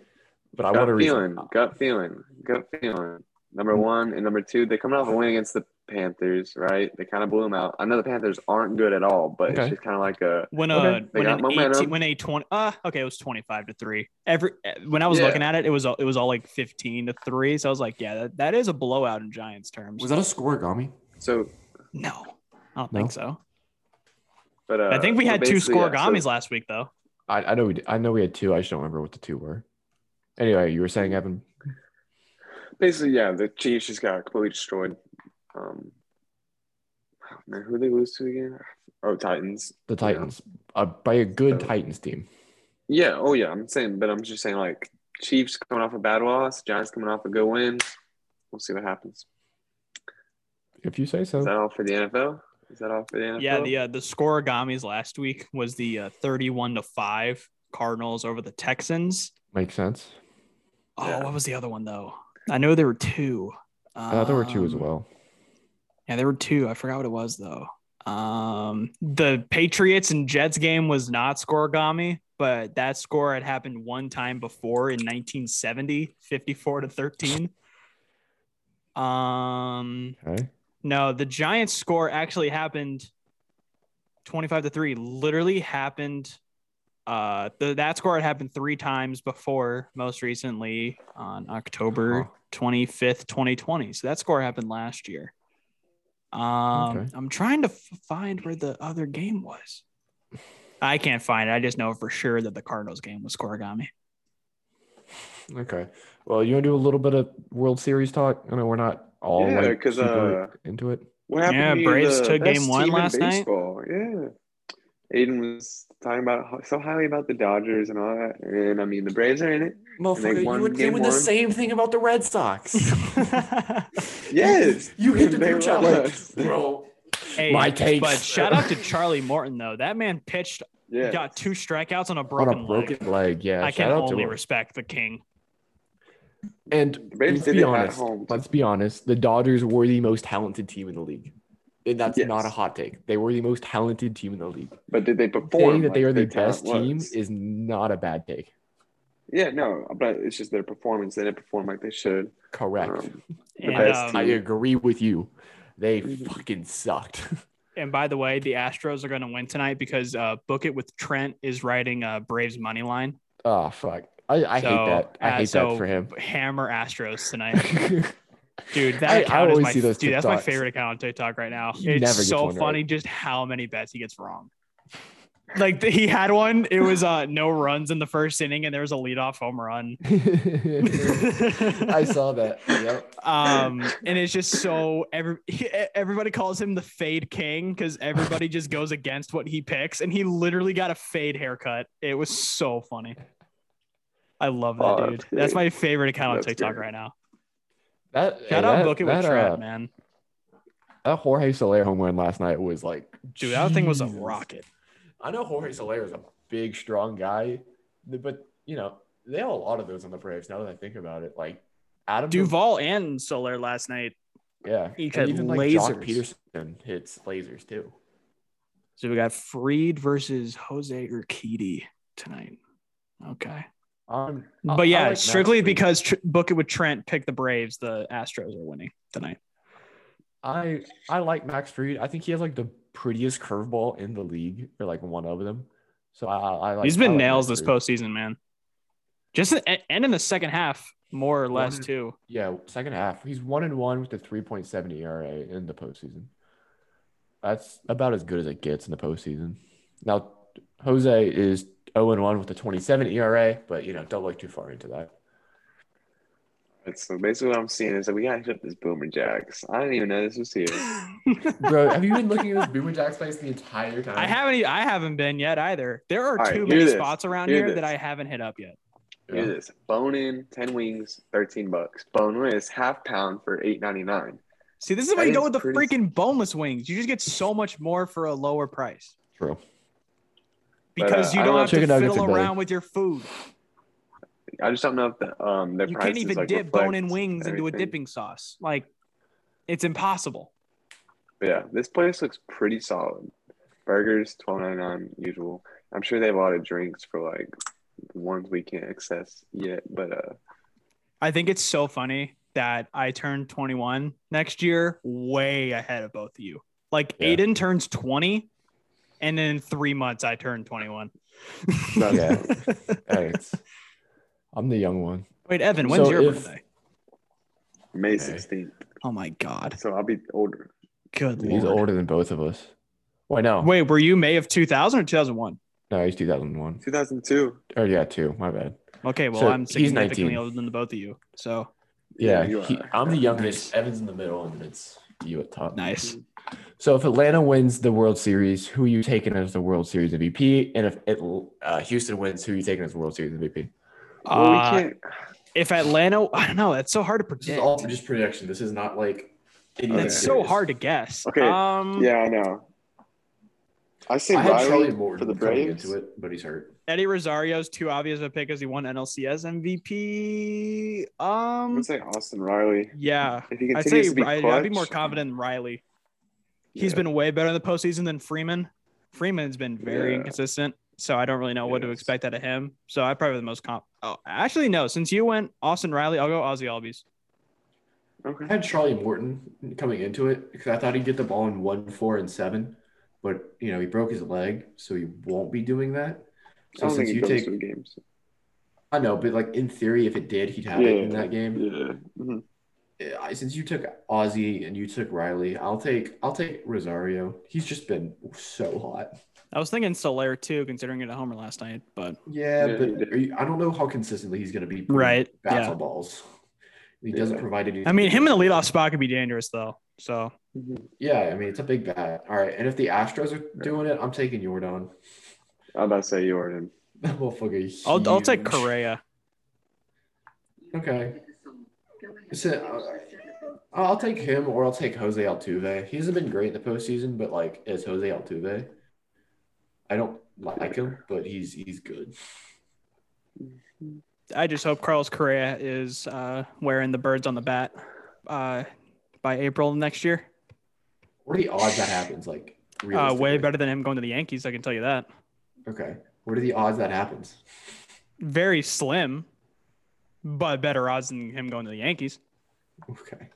B: but I
C: gut
B: want a reason.
C: feeling, gut feeling, gut feeling. Number one and number two, they're coming off a win against the Panthers, right? They kind of blew them out. I know the Panthers aren't good at all, but
B: Okay.
C: it's just kind of like a
A: when a
C: Okay, they
A: when
C: got
A: an
C: momentum.
A: 18, when a 20 uh okay it was 25 to 3 every eh, when i was
C: Yeah.
A: looking at it it was all- it was all like 15 to 3 so i was like yeah that, that is a blowout in giants terms
B: Was that a score, Gami?
C: so.
A: no i don't
B: No?
A: think so
C: But uh,
A: i think we
C: so
A: had two
C: basically, yeah,
A: score
C: so-
A: gommies last week though
B: I, I know we did, I know we had two. I just don't remember what the two were. Anyway, you were saying Evan.
C: basically, yeah, the Chiefs just got completely destroyed. Um, oh, man, who they lose to again? Oh, Titans.
B: The Titans uh, by a good
C: So-
B: Titans team.
C: Yeah. Oh, yeah. I'm saying, but I'm just saying, like Chiefs coming off a bad loss, Giants coming off a good win. We'll see what happens.
B: If you say
C: Is that
B: so.
C: all for the NFL? Is that all for the NFL?
A: yeah the uh, the score gommies last week was the uh, 31 to 5 cardinals over the texans
B: Makes sense.
A: oh
C: Yeah.
A: what was the other one though i know there were two um,
B: I thought there were two as well.
A: Yeah, there were two. I forgot what it was though. Um, the Patriots and Jets game was not scoregami, but that score had happened one time before in 1970, 54 to 13. Um,
B: Okay.
A: no, the Giants score actually happened 25 to 3. Literally happened uh the, that score had happened three times before, most recently on October
B: Huh.
A: 25th, 2020. So that score happened last year. Um
B: Okay.
A: I'm trying to f- find where the other game was. I can't find it. I just know for sure that the Cardinals game was scoregami.
B: Okay. Well, you want to do a little bit of World Series talk? I know we're not all
C: Yeah,
B: like,
C: 'cause,
B: super
C: uh,
B: into it.
C: What happened?
A: Yeah,
C: to
A: Braves
C: the
A: took
C: best
A: game one
C: team in
A: last night.
C: baseball? Yeah. Aiden was talking about so highly about the Dodgers and all that, and I mean the Braves are in it.
B: Motherfucker, you
C: won
B: would
C: game
B: doing the
C: one.
B: same thing about the Red Sox.
C: Yes,
B: you get the
C: They
B: group chat
C: won.
B: like, bro.
A: Hey,
B: My takes.
A: But shout out to Charlie Morton though. That man pitched,
C: Yeah,
A: got two strikeouts on a
B: on
A: broken,
B: a broken
A: leg.
B: leg. Yeah,
A: I
B: shout
A: can
B: out
A: only
B: to him.
A: respect the king.
B: And
C: The Braves
B: let's
C: did
B: be
C: it at
B: honest.
C: home.
B: Let's be honest. The Dodgers were the most talented team in the league. And that's
C: Yes.
B: not a hot take. They were the most talented team in the league.
C: But did they perform?
B: Saying that they
C: like
B: are the
C: their talent
B: best team
C: was?
B: is not a bad take.
C: Yeah, no, but it's just their performance. They didn't perform like they should.
B: Correct.
C: Um,
A: And,
C: best
A: um,
B: I agree with you. They
C: Mhm.
B: fucking sucked.
A: and by the way, the Astros are going to win tonight because uh, Book It with Trent is riding uh, Braves money line.
B: oh fuck. I, I
A: So,
B: hate that. I
A: uh,
B: hate
A: so-
B: that for him.
A: Hammer Astros tonight, dude. That
B: I- I
A: account is
B: always
A: my
B: see those
A: dude. That's my
B: TikToks.
A: favorite account on TikTok right now.
B: He
A: it's
B: never gets
A: so
B: one right.
A: funny just how many bets he gets wrong. Like th- he had one. It was uh, no runs in the first inning, and there was a leadoff home run.
B: I saw that. Yep.
A: um and it's just so every everybody calls him the fade king because everybody just goes against what he picks and he literally got a fade haircut it was so funny i love that
C: Oh,
A: dude
C: that's
A: that's
C: great.
A: my favorite account
C: That's
A: on tiktok
C: great.
A: right now
B: That hey,
A: shout out
B: that-
A: book it
B: that,
A: with Trent,
B: uh,
A: man
B: That Jorge Soler home run last night was like,
A: dude that thing was a
B: Jesus.
A: rocket
B: I know Jorge Soler is a big, strong guy, but you know they have a lot of those on the Braves. Now that I think about it, like Adam
A: duval and solar last night
B: yeah,
A: each had
B: and even like Jock
A: lasers.
B: Peterson hits lasers too.
A: so we got freed versus jose urquidy tonight okay
B: Um, I-
A: but
B: I
A: yeah
B: like Max
A: strictly
B: Fried.
A: because Tr- book it with trent picked the braves the astros are winning tonight
B: I I like Max Freed. I think he has like the prettiest curveball in the league, or like one of them. So I, I I like.
A: He's
B: I
A: been
B: like
A: nails
B: Max
A: this
B: Fried.
A: postseason, man. Just in- and in the second half, more or less
B: One-
A: too.
B: Yeah, second half. He's one and one with a three point seven ERA in the postseason. That's about as good as it gets in the postseason. Now, Jose is zero and one with E a twenty seven ERA, but you know, don't look too far into that.
C: and so basically, what I'm seeing is that we gotta hit up this Boomer Jacks. I didn't even know this was here.
B: Bro, have you been looking at this Boomer Jack space the entire time?
A: I haven't. e- I haven't been yet either. There are
C: All right,
A: too
C: hear
A: many
C: this,
A: spots around
C: hear
A: here that
C: this.
A: I haven't hit up yet.
C: Hear this: bone in, ten wings, thirteen bucks. Boneless, half pound for eight ninety nine.
A: See, this is why
C: That
A: you go with
C: is
A: the
C: pretty-
A: freaking boneless wings. You just get so much more for a lower price
B: True.
C: But, uh,
A: because you
C: I
A: don't
C: don't
A: have to
B: chicken nuggets
A: fiddle
B: and
A: around with your food.
C: I just don't know if the, um their
A: You
C: prices
A: can't even
C: like,
A: dip bone and
C: reflect
A: wings into a
C: everything.
A: dipping sauce. Like, it's impossible.
C: But yeah, this place looks pretty solid. Burgers, twelve ninety nine usual. I'm sure they have a lot of drinks for like the ones we can't access yet. But uh,
A: I think it's so funny that I turn 21 next year, way ahead of both of you. Like
B: Yeah.
A: Aiden turns 20, and then in three months I turn 21.
C: that's-
B: Yeah. Hey, it's- I'm the young one.
A: Wait, Evan, when's
B: So
A: your
B: if-
A: birthday?
C: May
B: Okay.
C: sixteenth,
A: Oh my god,
C: so I'll be older.
A: good
B: Dude, he's
A: lord.
B: older than both of us. Wait, no.
A: Wait, were you May of 2000 or 2001?
B: No, he's 2001.
C: Two thousand two.
B: Or yeah, two. My bad.
A: Okay, well
B: So,
A: I'm
B: he's
A: significantly
B: 19.
A: older than the both of you, so
B: Yeah,
C: you
B: he-
C: are.
B: I'm the
C: Yeah,
B: youngest. Evan's in the middle, and it's you at top.
A: nice.
B: So if Atlanta wins the World Series, who are you taking as the World Series MVP? And if it, uh, Houston wins, who are you taking as World Series MVP?
C: Well, we
A: Uh,
C: can't.
A: if Atlanta, I don't know, that's so hard to
B: This is
A: predict.
B: all just prediction. This is not like.
C: Okay.
A: That's so hard to guess.
C: Okay,
A: Um,
C: Yeah, I know. I say
B: I had Charlie
C: Riley
B: Morton
C: for the
B: coming
C: Braves.
B: into it, but he's hurt.
A: Eddie Rosario's too obvious of a pick because he won NLCS MVP.
C: I'm
A: Um,
C: gonna say Austin Riley.
A: yeah,
C: If he
A: I'd
C: continues
A: say
C: to be
A: Riley,
C: clutch,
A: I'd be more confident in Riley. He's
C: Yeah.
A: been way better in the postseason than Freeman. Freeman's been very
C: Yeah.
A: inconsistent, so I don't really know what to
C: Yes.
A: expect out of him. So I probably the most comp. Oh, actually, no. Since you went Austin Riley, I'll go Ozzy Albies.
C: Okay.
B: I had Charlie Morton coming into it because I thought he'd get the ball in one, four, and seven, but you know he broke his leg, so he won't be doing that.
C: I
B: So
C: don't think
B: since
C: he
B: you
C: goes
B: take,
C: to the games.
B: I know, but like in theory, if it did, he'd have it in
C: Yeah.
B: that game.
C: Yeah. Mhm.
B: I- since you took Ozzy and you took Riley, I'll take I'll take Rosario. He's just been so hot.
A: I was thinking Solaire too, considering it a homer last night, but
B: Yeah,
C: Yeah, he
B: but
C: did.
B: are you, I don't know how consistently he's going to be. putting
A: Right,
B: Battle
A: yeah.
B: balls. He doesn't
C: Yeah.
B: provide any.
A: I mean, him in the leadoff spot could be dangerous though. So
B: Mm-hmm.
C: Mhm.
B: Yeah, I mean it's a big bat. All right, and if the Astros are doing it, I'm taking Jordan.
C: I'm about to say Jordan.
B: That motherfucker.
A: I'll, I'll take
B: huge.
A: Correa.
B: Okay. So, uh, I'll take him or I'll take Jose Altuve. He hasn't been great in the postseason, but like as Jose Altuve, I don't like him, but he's he's good.
A: I just hope Carlos Correa is uh, wearing the birds on the bat uh, by April next year.
B: What are the odds that happens? Like,
A: Uh, way
B: realistically?
A: better than him going to the Yankees. I can tell you that.
B: Okay. What are the odds that happens?
A: Very slim, but better odds than him going to the Yankees.
B: Okay.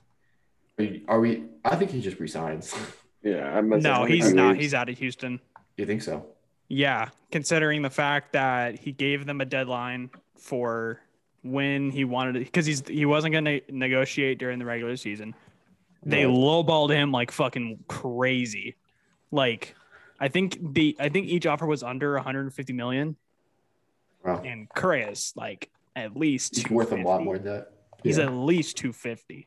B: Are, you- are we? I think he just resigns.
C: Yeah, I'm about to say, how
A: No,
C: many
A: he's not.
C: years-
A: He's out of Houston.
B: you think so?
A: Yeah, considering the fact that he gave them a deadline for when he wanted it, because he's he wasn't going to negotiate during the regular season. They
B: Right.
A: lowballed him like fucking crazy. Like, I think the I think each offer was under 150 million,
B: Wow.
A: and Correa's like at least
B: He's worth a lot
A: 250.
B: more than that.
A: He's
B: Yeah.
A: at least 250.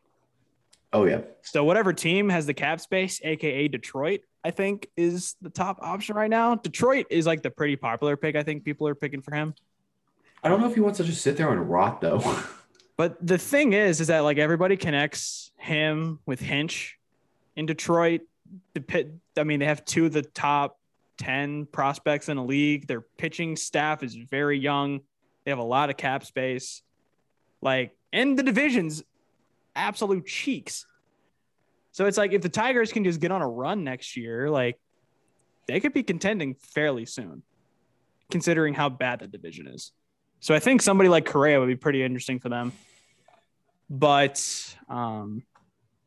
B: oh yeah.
A: So whatever team has the cap space, aka Detroit, I think is the top option right now. Detroit is like the pretty popular pick. I think people are picking for him.
B: I don't know if he wants to just sit there and rot though.
A: But the thing is, is that like everybody connects him with Hinch in Detroit. The pit, I mean, they have two of the top 10 prospects in the league. Their pitching staff is very young. They have a lot of cap space. Like, and the division's absolute cheeks. So it's like if the Tigers can just get on a run next year, like they could be contending fairly soon, considering how bad the division is. So I think somebody like Correa would be pretty interesting for them. But um,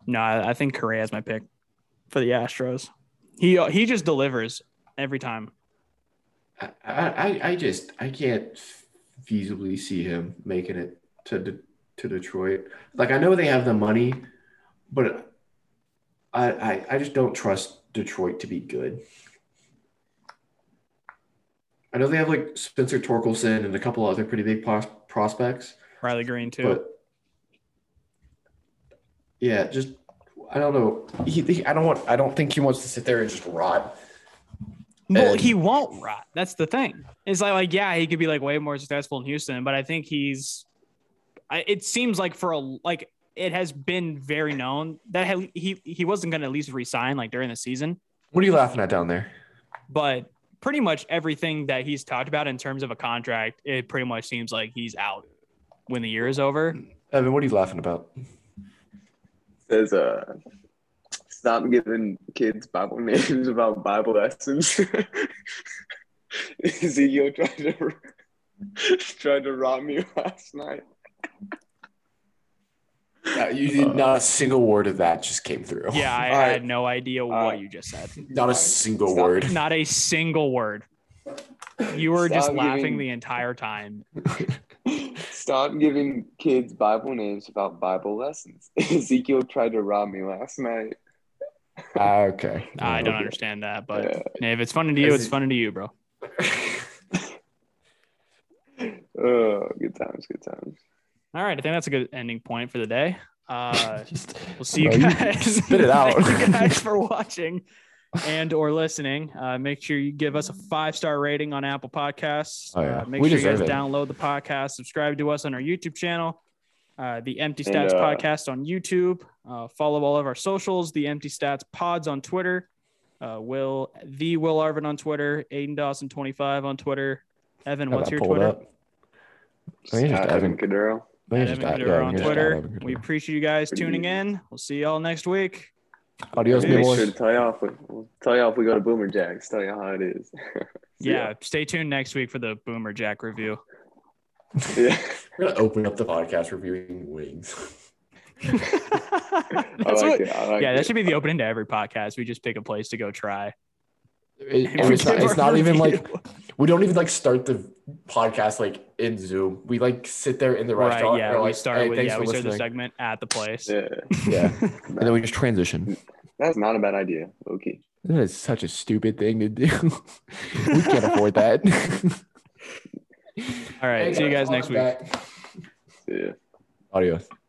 A: no, I, I think Correa is my pick for the Astros. He he just delivers every time.
B: I, I I just I can't feasibly see him making it to De- to Detroit. Like I know they have the money, but I I, I just don't trust Detroit to be good. I know they have like Spencer Torkelson and a couple other pretty big pos- prospects,
A: Riley Green too.
B: but yeah, just I don't know. He, he, I don't want. I don't think he wants to sit there and just rot.
A: well,
B: and-
A: he won't rot. That's the thing. It's like like yeah, he could be like way more successful in Houston, but I think he's. I, it seems like for a like it has been very known that he he, he wasn't going to at least resign like during the season.
B: What are you laughing at down there?
A: but pretty much everything that he's talked about in terms of a contract, it pretty much seems like he's out when the year is over.
B: Evan, what are you laughing about?
C: says uh stop giving kids Bible names about Bible lessons. Ezekiel tried to tried to rob me last night.
B: Yeah, you did not a single word of that just came through.
A: Uh, Yeah, I
C: All right.
A: had no idea what
C: right.
A: you just said.
B: Not a single
C: Stop.
B: word.
A: Not a single word. You were just
C: Stop
A: laughing
C: giving-
A: the entire time.
C: Stop giving kids Bible names about Bible lessons. Ezekiel tried to rob me last night.
B: Ah, okay.
A: I don't
B: Okay.
A: understand that, but
C: Yeah.
A: if it's funny to you,
B: Is
A: it's
B: it-
A: funny to you, bro.
C: Oh, good times, good times.
A: All right, I think that's a good ending point for the day. Uh,
B: Just-
A: We'll see you
B: Bro, you
A: guys.
B: spit it out.
A: Thank you guys for watching and or listening. Uh, make sure you give us a five star rating on Apple Podcasts.
B: Oh, yeah.
A: uh, make
B: We
A: sure you guys
B: deserve it.
A: download the podcast. Subscribe to us on our YouTube channel, uh, the Empty
C: And,
A: Stats
C: uh,
A: Podcast on YouTube. Uh, follow all of our socials, the Empty Stats Pods on Twitter. Uh, Will the Will Arvin on Twitter, Aiden Dawson twenty five on Twitter. Evan,
B: Have
A: what's
B: that
A: your
B: pulled
A: Twitter?
B: up. I think it's just
C: Uh,
B: Evan.
C: Cadero.
B: I think
A: At
B: it's just
A: Evan
B: at-
A: Cadero
B: yeah, I
A: on
B: think it's just at
A: Twitter.
B: Evan
A: We
B: Cadero.
A: appreciate you guys tuning in. We'll see y'all next week.
B: Adios, mi
C: Make sure
B: boys.
C: to tell you off. We'll tell you off. We go to Boomer Jacks. Tell you how it is. See ya.
A: yeah, stay tuned next week for the Boomer Jack review.
C: yeah.
B: We're gonna open up the podcast reviewing wings.
C: I
A: That's
C: like
A: what-
C: it. I like
A: yeah,
C: it.
A: that should be the opening to every podcast. We just pick a place to go try.
B: It-
A: And
B: and
A: we
B: it's not,
A: give
B: it's
A: our
B: not even
A: review.
B: like we don't even like start the podcast like in Zoom. We like sit there in the
A: right.
B: restaurant.
A: Yeah,
B: and we're
A: we
B: like,
A: start
B: "Hey,
A: with
B: thanks
A: yeah,
B: for
A: we start the
B: listening."
A: segment at the place.
C: Yeah,
B: Yeah, and then we just transition.
C: that's not a bad idea, Loki.
B: That is such a stupid thing to do. we can't afford that.
A: All right, see you guys next week.
C: Yeah.
B: Adios.